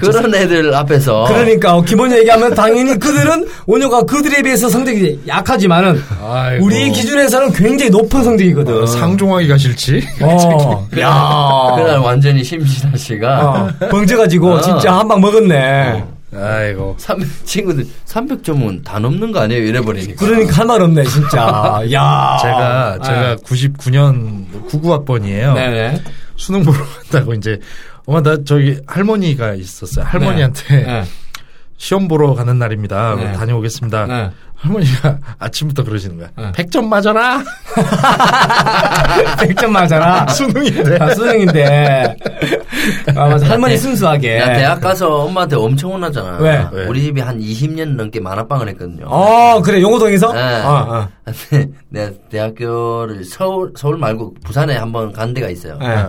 [SPEAKER 4] 그런 애들 앞에서 [LAUGHS]
[SPEAKER 5] 그러니까 어, 김원효 얘기하면 당연히 그들은 원효가 그들에 비해서 성적이 약하지만은
[SPEAKER 1] 아이고.
[SPEAKER 5] 우리 기준에서는 굉장히 높은 성적이거든.
[SPEAKER 1] 어, 상종하기가 싫지.
[SPEAKER 5] 어, 야.
[SPEAKER 4] 그날 완전히 심진아 씨가
[SPEAKER 5] 어, 번져가지고
[SPEAKER 4] 어.
[SPEAKER 5] 진짜 한 방 먹었네.
[SPEAKER 1] [LAUGHS] 어. 아이고.
[SPEAKER 4] 300 친구들 300점은 다 넘는 거 아니에요? 이래버리니까.
[SPEAKER 5] 그러니까 할 말 없네 진짜. 야.
[SPEAKER 1] 제가 제가 99년 99학번이에요.
[SPEAKER 5] 네네.
[SPEAKER 1] 수능 보러 간다고 이제 엄마 나 저기 할머니가 있었어요. 할머니한테
[SPEAKER 5] 네.
[SPEAKER 1] 시험 보러 가는 날입니다.
[SPEAKER 5] 네.
[SPEAKER 1] 다녀오겠습니다.
[SPEAKER 5] 네.
[SPEAKER 1] 할머니가 아침부터 그러시는 거야.
[SPEAKER 5] 네.
[SPEAKER 1] 100점 맞아라.
[SPEAKER 5] 100점 아,
[SPEAKER 1] [LAUGHS]
[SPEAKER 5] 맞아라.
[SPEAKER 1] 수능인데.
[SPEAKER 5] 아, 수능인데. 아, 맞아. 할머니 순수하게.
[SPEAKER 4] 네. 야 대학 가서 엄마한테 엄청 혼났잖아.
[SPEAKER 5] 왜?
[SPEAKER 1] 왜?
[SPEAKER 4] 우리 집이 한 20년 넘게 만화방을 했거든요.
[SPEAKER 5] 어, 그래. 용호동에서?
[SPEAKER 4] 네.
[SPEAKER 5] 어,
[SPEAKER 4] 근데 내가 대학교를 서울 서울 말고 부산에 한번 간 데가 있어요.
[SPEAKER 5] 어. 네.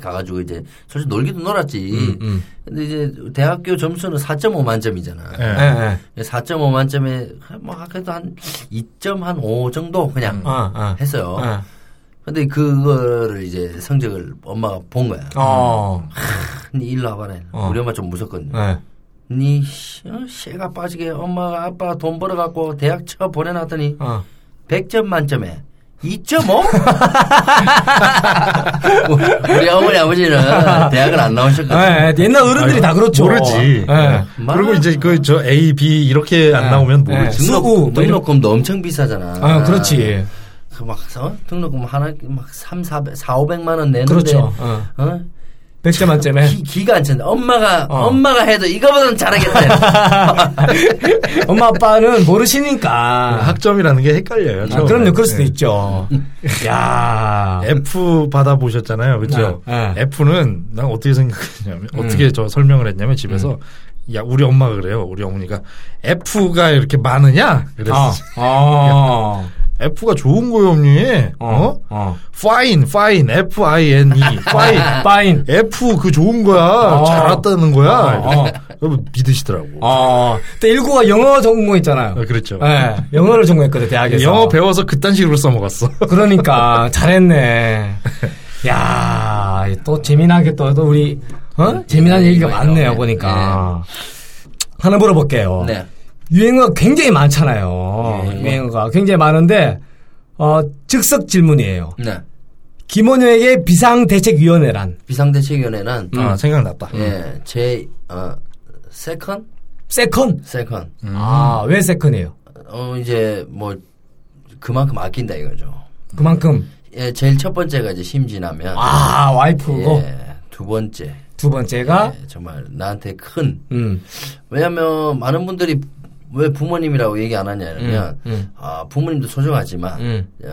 [SPEAKER 4] 가가지고 이제 솔직히 놀기도 놀았지.
[SPEAKER 5] 음.
[SPEAKER 4] 근데 이제 대학교 점수는 4.5 만점이잖아.
[SPEAKER 1] 예.
[SPEAKER 5] 네. 네.
[SPEAKER 4] 4.5 만점에 뭐 그래도 한2.5 정도 그냥
[SPEAKER 5] 어, 어.
[SPEAKER 4] 했어요.
[SPEAKER 5] 어.
[SPEAKER 4] 근데 그거를 이제 성적을 엄마가 본 거야. 아,
[SPEAKER 5] 어.
[SPEAKER 4] 니 일로 와봐라. 우리 엄마 좀 무섭거든요.
[SPEAKER 5] 네.
[SPEAKER 4] 니 씨, 어, 씨가 빠지게 엄마가 아빠 돈 벌어갖고 대학 쳐 보내놨더니
[SPEAKER 5] 어.
[SPEAKER 4] 100점 만점에 2.5? [LAUGHS] 우리 어머니 아버지는 대학을 안 나오셨거든요.
[SPEAKER 5] 예, 예, 옛날 어른들이
[SPEAKER 1] 아유,
[SPEAKER 5] 다 그렇죠.
[SPEAKER 1] 모르지.
[SPEAKER 5] 예.
[SPEAKER 4] 막
[SPEAKER 1] 그리고 이제 그 저 A, B 이렇게 안
[SPEAKER 5] 네.
[SPEAKER 1] 나오면
[SPEAKER 5] 네.
[SPEAKER 1] 모르지.
[SPEAKER 5] 수구, 뭐
[SPEAKER 4] 등록, 등록금도 엄청 비싸잖아.
[SPEAKER 5] 아, 그렇지.
[SPEAKER 4] 그막 어? 등록금 하나 막 3, 4, 4, 500만 원 내는데
[SPEAKER 5] 그렇죠. 어.
[SPEAKER 4] 어?
[SPEAKER 5] 100점 만점에.
[SPEAKER 4] 기, 기가 안 찬다. 엄마가
[SPEAKER 5] 어.
[SPEAKER 4] 엄마가 해도
[SPEAKER 5] [LAUGHS]
[SPEAKER 4] 이거보다는 잘하겠다.
[SPEAKER 5] 엄마 아빠는 모르시니까.
[SPEAKER 1] 학점이라는 게 헷갈려요.
[SPEAKER 5] 아,
[SPEAKER 1] 처음에.
[SPEAKER 5] 그럼요, 그럴 수도
[SPEAKER 1] 네.
[SPEAKER 5] 있죠. 야
[SPEAKER 1] F 받아보셨잖아요. 그죠?
[SPEAKER 5] 네, 음. 네.
[SPEAKER 1] F는 난 어떻게 생각했냐면, 어떻게 저 설명을 했냐면 집에서,
[SPEAKER 5] 음.
[SPEAKER 1] 야, 우리 엄마가 그래요. 우리 어머니가 F가 이렇게 많으냐?
[SPEAKER 5] 아,
[SPEAKER 1] 그랬어.
[SPEAKER 5] 어,
[SPEAKER 1] F가 좋은 거요, 엄니. 어?
[SPEAKER 5] 어.
[SPEAKER 1] fine, fine,
[SPEAKER 5] [LAUGHS]
[SPEAKER 1] F-I-N-E, E. fine.
[SPEAKER 5] 파인.
[SPEAKER 1] F 그 좋은 거야.
[SPEAKER 5] 어.
[SPEAKER 1] 잘 왔다는 거야.
[SPEAKER 5] 어, 어.
[SPEAKER 1] 그러면 믿으시더라고.
[SPEAKER 5] 어. 그때 19가 영어 전공했잖아요.
[SPEAKER 1] 어, 그렇죠.
[SPEAKER 5] 예, 영어를 전공했거든, 대학에서.
[SPEAKER 1] 영어 배워서 그딴 식으로 써먹었어.
[SPEAKER 5] 그러니까, 잘했네. 야 또 재미나게 또, 또 우리, 어? 재미난 얘기가 많네요, 보니까. 하나 물어볼게요.
[SPEAKER 4] 네.
[SPEAKER 5] 유행어가 굉장히 많잖아요.
[SPEAKER 4] 예.
[SPEAKER 5] 유행어가 굉장히 많은데, 어, 즉석 질문이에요.
[SPEAKER 4] 네.
[SPEAKER 5] 김원효에게 비상대책위원회란?
[SPEAKER 4] 비상대책위원회는
[SPEAKER 5] 음.
[SPEAKER 1] 아, 생각났다.
[SPEAKER 4] 예, 제 어, 세컨
[SPEAKER 5] 세컨?
[SPEAKER 4] 세컨.
[SPEAKER 5] 아, 왜 세컨이에요?
[SPEAKER 4] 어 이제 뭐 그만큼 아낀다 이거죠.
[SPEAKER 5] 그만큼.
[SPEAKER 4] 예, 제일 첫 번째가 이제 심진하면
[SPEAKER 5] 아, 와이프고.
[SPEAKER 4] 예, 두 번째
[SPEAKER 5] 두 번째가,
[SPEAKER 4] 예, 정말 나한테 큰
[SPEAKER 5] 음,
[SPEAKER 4] 왜냐하면 많은 분들이 왜 부모님이라고 얘기 안 하냐면
[SPEAKER 5] 음, 음.
[SPEAKER 4] 아, 부모님도 소중하지만
[SPEAKER 5] 음.
[SPEAKER 4] 어,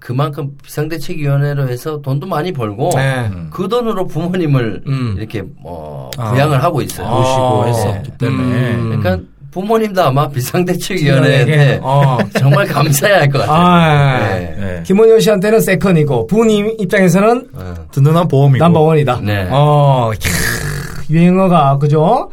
[SPEAKER 4] 그만큼 비상대책위원회로 해서 돈도 많이 벌고
[SPEAKER 5] 네.
[SPEAKER 4] 그 돈으로 부모님을
[SPEAKER 5] 음.
[SPEAKER 4] 이렇게 어,
[SPEAKER 1] 아.
[SPEAKER 4] 부양을 하고 있어요. 예.
[SPEAKER 1] 모시고
[SPEAKER 5] 아,
[SPEAKER 1] 했었기
[SPEAKER 5] 네.
[SPEAKER 1] 때문에.
[SPEAKER 5] 음.
[SPEAKER 4] 그러니까 부모님도 아마 비상대책위원회한테
[SPEAKER 5] 어.
[SPEAKER 4] 정말 감사해야 할 것 같아요.
[SPEAKER 5] 아,
[SPEAKER 4] 네.
[SPEAKER 1] 예.
[SPEAKER 5] 김원효 씨한테는 세컨이고, 부모님 입장에서는
[SPEAKER 4] 어,
[SPEAKER 1] 듣는 한 보험이고.
[SPEAKER 5] 넘버원이다.
[SPEAKER 4] 네.
[SPEAKER 5] 어, 캬, 유행어가, 그죠?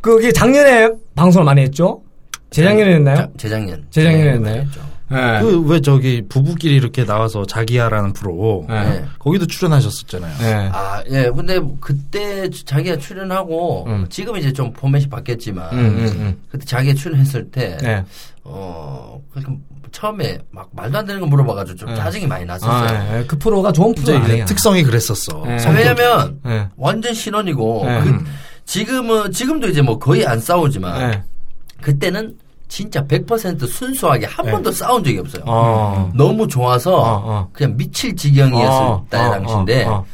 [SPEAKER 5] 그게 작년에 방송을 많이 했죠? 재작년에
[SPEAKER 4] 자- 네,
[SPEAKER 5] 했나요?
[SPEAKER 4] 재작년.
[SPEAKER 5] 네. 재작년에 네. 했나요? 예.
[SPEAKER 1] 그 왜 저기 부부끼리 이렇게 나와서 자기야라는 프로
[SPEAKER 5] 예.
[SPEAKER 4] 네.
[SPEAKER 1] 거기도 출연하셨었잖아요.
[SPEAKER 5] 예.
[SPEAKER 4] 아, 예. 근데 그때 자기가 출연하고
[SPEAKER 5] 음.
[SPEAKER 4] 지금 이제 좀 포맷이 바뀌었지만
[SPEAKER 5] 음, 음, 음.
[SPEAKER 4] 그때 자기가 출연했을 때
[SPEAKER 5] 예.
[SPEAKER 4] 어, 그러니까 처음에 막 말도 안 되는 거 물어봐가지고 좀
[SPEAKER 5] 예.
[SPEAKER 4] 짜증이 많이 났었어요.
[SPEAKER 5] 아, 예. 그 프로가 좋은 프로
[SPEAKER 1] 이제
[SPEAKER 5] 아니야.
[SPEAKER 1] 이제 특성이 그랬었어.
[SPEAKER 5] 네.
[SPEAKER 1] 성격이.
[SPEAKER 4] 왜냐면
[SPEAKER 5] 예.
[SPEAKER 4] 완전 신혼이고
[SPEAKER 5] 네.
[SPEAKER 4] 그 지금은 지금도 이제 뭐 거의 안 싸우지만
[SPEAKER 5] 예.
[SPEAKER 4] 그때는 진짜 100% 순수하게 한 번도 싸운 적이 없어요.
[SPEAKER 5] 네. 어.
[SPEAKER 4] 너무 좋아서
[SPEAKER 5] 어, 어.
[SPEAKER 4] 그냥 미칠 지경이었을
[SPEAKER 5] 어,
[SPEAKER 4] 때
[SPEAKER 5] 어,
[SPEAKER 4] 당시인데
[SPEAKER 5] 어, 어.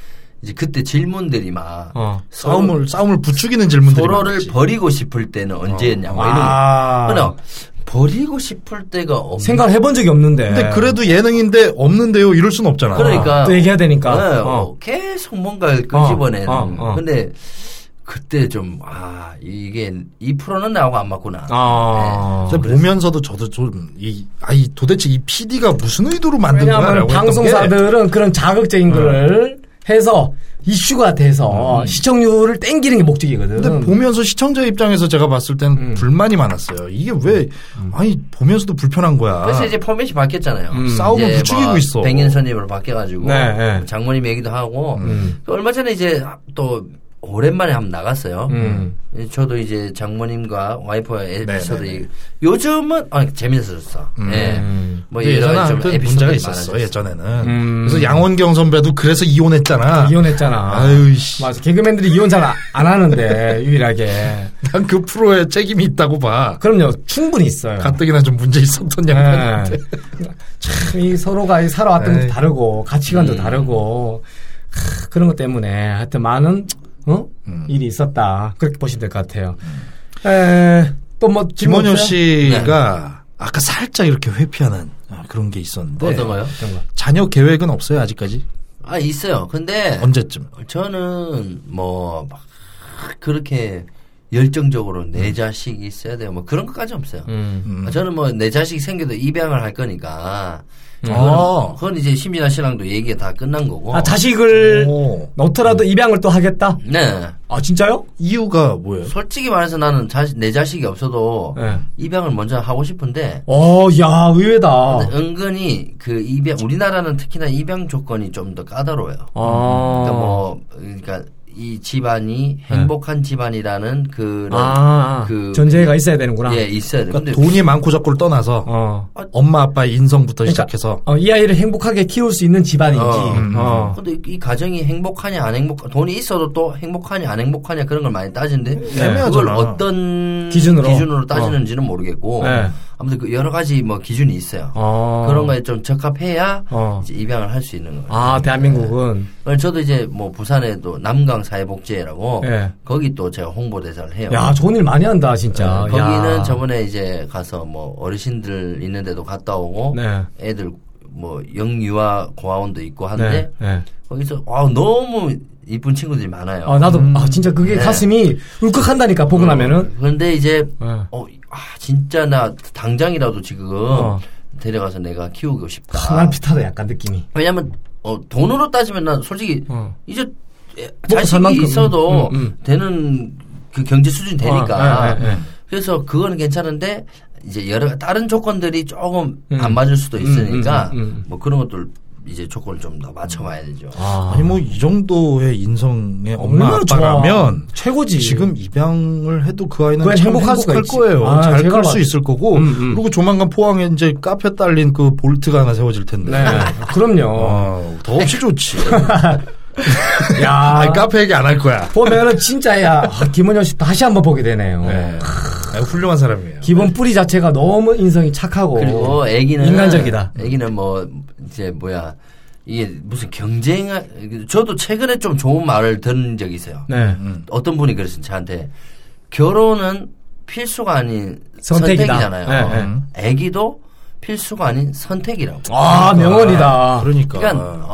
[SPEAKER 4] 이제 그때 질문들이 막
[SPEAKER 5] 어.
[SPEAKER 4] 서로-
[SPEAKER 1] 싸움을 싸움을 부추기는 질문들이
[SPEAKER 4] 서로를
[SPEAKER 1] 많았지.
[SPEAKER 4] 버리고 싶을 때는 언제였냐 뭐 이런 거.
[SPEAKER 5] 아.
[SPEAKER 4] 그냥 버리고 싶을 때가 없는
[SPEAKER 5] 생각을 해본 적이 없는데.
[SPEAKER 1] 근데 그래도 예능인데 없는데요 이럴 순 없잖아.
[SPEAKER 4] 그러니까
[SPEAKER 5] 어. 또 얘기해야 되니까.
[SPEAKER 4] 네,
[SPEAKER 5] 어.
[SPEAKER 4] 어, 계속 뭔가를 끄집어내는.
[SPEAKER 5] 어, 어, 어.
[SPEAKER 4] 근데 그때 좀, 아, 이게 이 프로는 나하고 안 맞구나.
[SPEAKER 5] 아.
[SPEAKER 1] 근데 보면서도 저도 좀이 아이 도대체 이 PD가 무슨 의도로 만든
[SPEAKER 5] 왜냐하면
[SPEAKER 1] 거야라고 했던 게
[SPEAKER 5] 방송사들은 그런 자극적인 거를 해서 이슈가 돼서 시청률을 땡기는 게 목적이거든.
[SPEAKER 1] 근데 보면서 시청자 입장에서 제가 봤을 땐
[SPEAKER 5] 음.
[SPEAKER 1] 불만이 많았어요. 이게 왜 아니 보면서도 불편한 거야.
[SPEAKER 4] 그래서 이제 포맷이 바뀌었잖아요.
[SPEAKER 1] 싸움을
[SPEAKER 4] 아. 음. 이제
[SPEAKER 1] 부추기고
[SPEAKER 4] 막
[SPEAKER 1] 있어.
[SPEAKER 4] 백인 선임으로 바뀌어가지고
[SPEAKER 5] 네, 네.
[SPEAKER 4] 장모님 얘기도 하고
[SPEAKER 1] 음.
[SPEAKER 4] 또 얼마 전에 이제 또 오랜만에 한번 나갔어요. 예,
[SPEAKER 5] 음.
[SPEAKER 4] 저도 이제 장모님과 와이프와 에피소드
[SPEAKER 1] 네, 네, 네.
[SPEAKER 4] 얘기- 요즘은 아, 재밌었어. 예. 뭐
[SPEAKER 1] 근데 네, 예전에
[SPEAKER 4] 여러 가지 좀
[SPEAKER 1] 아무튼
[SPEAKER 4] 에피소드가
[SPEAKER 1] 문제가 있었어
[SPEAKER 4] 많아졌어요.
[SPEAKER 1] 예전에는.
[SPEAKER 5] 음.
[SPEAKER 1] 그래서 양원경 선배도 그래서 이혼했잖아.
[SPEAKER 5] 이혼했잖아.
[SPEAKER 1] 아유씨.
[SPEAKER 5] 맞아. 개그맨들이 이혼 잘 안 하는데 [LAUGHS] 유일하게.
[SPEAKER 1] 난 그 프로에 책임이 있다고 봐.
[SPEAKER 5] 그럼요. 충분히 있어요.
[SPEAKER 1] 가뜩이나 좀 문제
[SPEAKER 5] 네.
[SPEAKER 1] 있었던 양반인데.
[SPEAKER 5] 참이 서로가 이 살아왔던 것도
[SPEAKER 1] 에이.
[SPEAKER 5] 다르고 가치관도 다르고 크, 그런 것 때문에 하여튼 많은 어? 일이 있었다 그렇게 보시면 될 것 같아요. 음. 또뭐
[SPEAKER 1] 김원효 씨가 아까 살짝 이렇게 회피하는 아, 그런 게 있었는데.
[SPEAKER 4] 뭐 어떤 거요?
[SPEAKER 1] 자녀 계획은 없어요 아직까지.
[SPEAKER 4] 아 있어요. 근데
[SPEAKER 1] 언제쯤?
[SPEAKER 4] 저는 뭐 막 그렇게 열정적으로 내 자식이 있어야 돼요. 뭐 그런 것까지 없어요.
[SPEAKER 1] 음.
[SPEAKER 4] 저는 뭐 내 자식 생겨도 입양을 할 거니까. 그건,
[SPEAKER 1] 아.
[SPEAKER 4] 그건 이제 심진아 씨랑도 얘기가 다 끝난 거고.
[SPEAKER 5] 음. 아, 자식을
[SPEAKER 1] 오.
[SPEAKER 5] 넣더라도 입양을 또 하겠다.
[SPEAKER 4] 네.
[SPEAKER 5] 아 진짜요?
[SPEAKER 1] 이유가 뭐예요?
[SPEAKER 4] 솔직히 말해서 나는 자, 내 자식이 없어도
[SPEAKER 5] 네.
[SPEAKER 4] 입양을 먼저 하고 싶은데
[SPEAKER 5] 어, 야 의외다.
[SPEAKER 4] 근데 은근히 그 입양 우리나라는 특히나 입양 조건이 좀 더 까다로워요. 뭐
[SPEAKER 5] 아,
[SPEAKER 4] 그러니까 뭐 그러니까 이 집안이 행복한 집안이라는 그런
[SPEAKER 5] 네. 아,
[SPEAKER 4] 그-
[SPEAKER 5] 전제가 있어야 되는구나.
[SPEAKER 4] 예 있어야 돼. 근데
[SPEAKER 1] 그러니까 돈이 많고 적고를 떠나서
[SPEAKER 5] 어.
[SPEAKER 1] 엄마 아빠의 인성부터
[SPEAKER 5] 그러니까-
[SPEAKER 1] 시작해서
[SPEAKER 5] 어, 이 아이를 행복하게 키울 수 있는 집안인지.
[SPEAKER 4] 어.
[SPEAKER 5] 어.
[SPEAKER 4] 근데 이 가정이 행복하냐 안 행복 돈이 있어도 또 행복하냐 안 행복하냐 그런 걸 많이 따지는데 그걸
[SPEAKER 1] 애매하잖아.
[SPEAKER 4] 어떤
[SPEAKER 5] 네. 기준으로?
[SPEAKER 4] 따지는지는 모르겠고
[SPEAKER 5] 네.
[SPEAKER 4] 아무튼 그 여러 가지 뭐 기준이 있어요.
[SPEAKER 5] 어.
[SPEAKER 4] 그런 거에 좀 적합해야
[SPEAKER 5] 어.
[SPEAKER 4] 이제 입양을 할 수 있는 거예요.
[SPEAKER 5] 아, 대한민국은.
[SPEAKER 4] 그래서 저도 이제 뭐 부산에도 남강 사회복지회라고
[SPEAKER 5] 예.
[SPEAKER 4] 거기 또 제가 홍보대사를 해요.
[SPEAKER 5] 야, 좋은 일 많이 한다, 진짜.
[SPEAKER 4] 어, 예. 거기는
[SPEAKER 5] 야.
[SPEAKER 4] 저번에 이제 가서 뭐 어르신들 있는데도 갔다 오고
[SPEAKER 5] 네.
[SPEAKER 4] 애들 뭐 영유아 고아원도 있고 한데
[SPEAKER 5] 네.
[SPEAKER 4] 거기서 와 너무 이쁜 친구들이 많아요.
[SPEAKER 5] 아, 나도, 아, 진짜 그게
[SPEAKER 4] 어. 네. 음.
[SPEAKER 5] 가슴이 울컥한다니까, 보고 나면은.
[SPEAKER 4] 그런데 이제
[SPEAKER 5] 네.
[SPEAKER 4] 어, 아, 진짜 나 당장이라도 지금
[SPEAKER 5] 어.
[SPEAKER 4] 데려가서 내가 키우고 싶다.
[SPEAKER 5] 강한 피타다, 약간 느낌이.
[SPEAKER 4] 왜냐면 어, 돈으로 따지면 난 솔직히
[SPEAKER 5] 어.
[SPEAKER 4] 이제 에,
[SPEAKER 5] 먹고 살 만큼,
[SPEAKER 4] 자식이 있어도
[SPEAKER 5] 음, 음.
[SPEAKER 4] 되는 그 경제 수준이 되니까
[SPEAKER 5] 아, 예, 예, 예.
[SPEAKER 4] 그래서 그거는 괜찮은데 이제 여러 다른 조건들이 조금
[SPEAKER 5] 음.
[SPEAKER 4] 안 맞을 수도 있으니까
[SPEAKER 5] 음, 음, 음, 음.
[SPEAKER 4] 뭐 그런 것들 이제 조건을 좀 더 맞춰봐야 되죠.
[SPEAKER 5] 아.
[SPEAKER 1] 아니 뭐 이 정도의 인성의 엄마
[SPEAKER 5] 얼마나 좋아.
[SPEAKER 1] 아빠라면
[SPEAKER 5] 최고지.
[SPEAKER 1] 지금 입양을 해도 그 아이는
[SPEAKER 5] 예. 그래,
[SPEAKER 1] 참
[SPEAKER 5] 행복할
[SPEAKER 1] 행복할,
[SPEAKER 5] 수가 있지.
[SPEAKER 1] 거예요.
[SPEAKER 5] 아,
[SPEAKER 1] 잘
[SPEAKER 5] 제가
[SPEAKER 1] 클
[SPEAKER 5] 봤-
[SPEAKER 1] 수 있을 거고
[SPEAKER 5] 음, 음.
[SPEAKER 1] 그리고 조만간 포항에 이제 카페 딸린 그 볼트가 하나 세워질 텐데.
[SPEAKER 5] 네. 아. 그럼요.
[SPEAKER 1] 어, 더없이
[SPEAKER 5] [LAUGHS]
[SPEAKER 1] 좋지.
[SPEAKER 5] 야.
[SPEAKER 1] 아니, 카페 얘기 안 할 거야.
[SPEAKER 5] 보면은 진짜야. 아, 김원영 씨 다시 한번 보게 되네요.
[SPEAKER 1] 네. 아, 훌륭한 사람이에요.
[SPEAKER 5] 기본 뿌리 자체가 너무 인성이 착하고.
[SPEAKER 4] 그리고 아기는
[SPEAKER 5] 인간적이다.
[SPEAKER 4] 아기는 뭐 이제 뭐야 이게 무슨 경쟁 저도 최근에 좀 좋은 말을 들은 적이 있어요.
[SPEAKER 5] 네.
[SPEAKER 4] 어떤 분이 그랬어요 저한테 결혼은 필수가 아닌
[SPEAKER 5] 선택이다.
[SPEAKER 4] 잖아요
[SPEAKER 5] 네, 네.
[SPEAKER 4] 아기도 필수가 아닌 선택이라고.
[SPEAKER 5] 아, 명언이다.
[SPEAKER 1] 그러니까.
[SPEAKER 4] 그러니까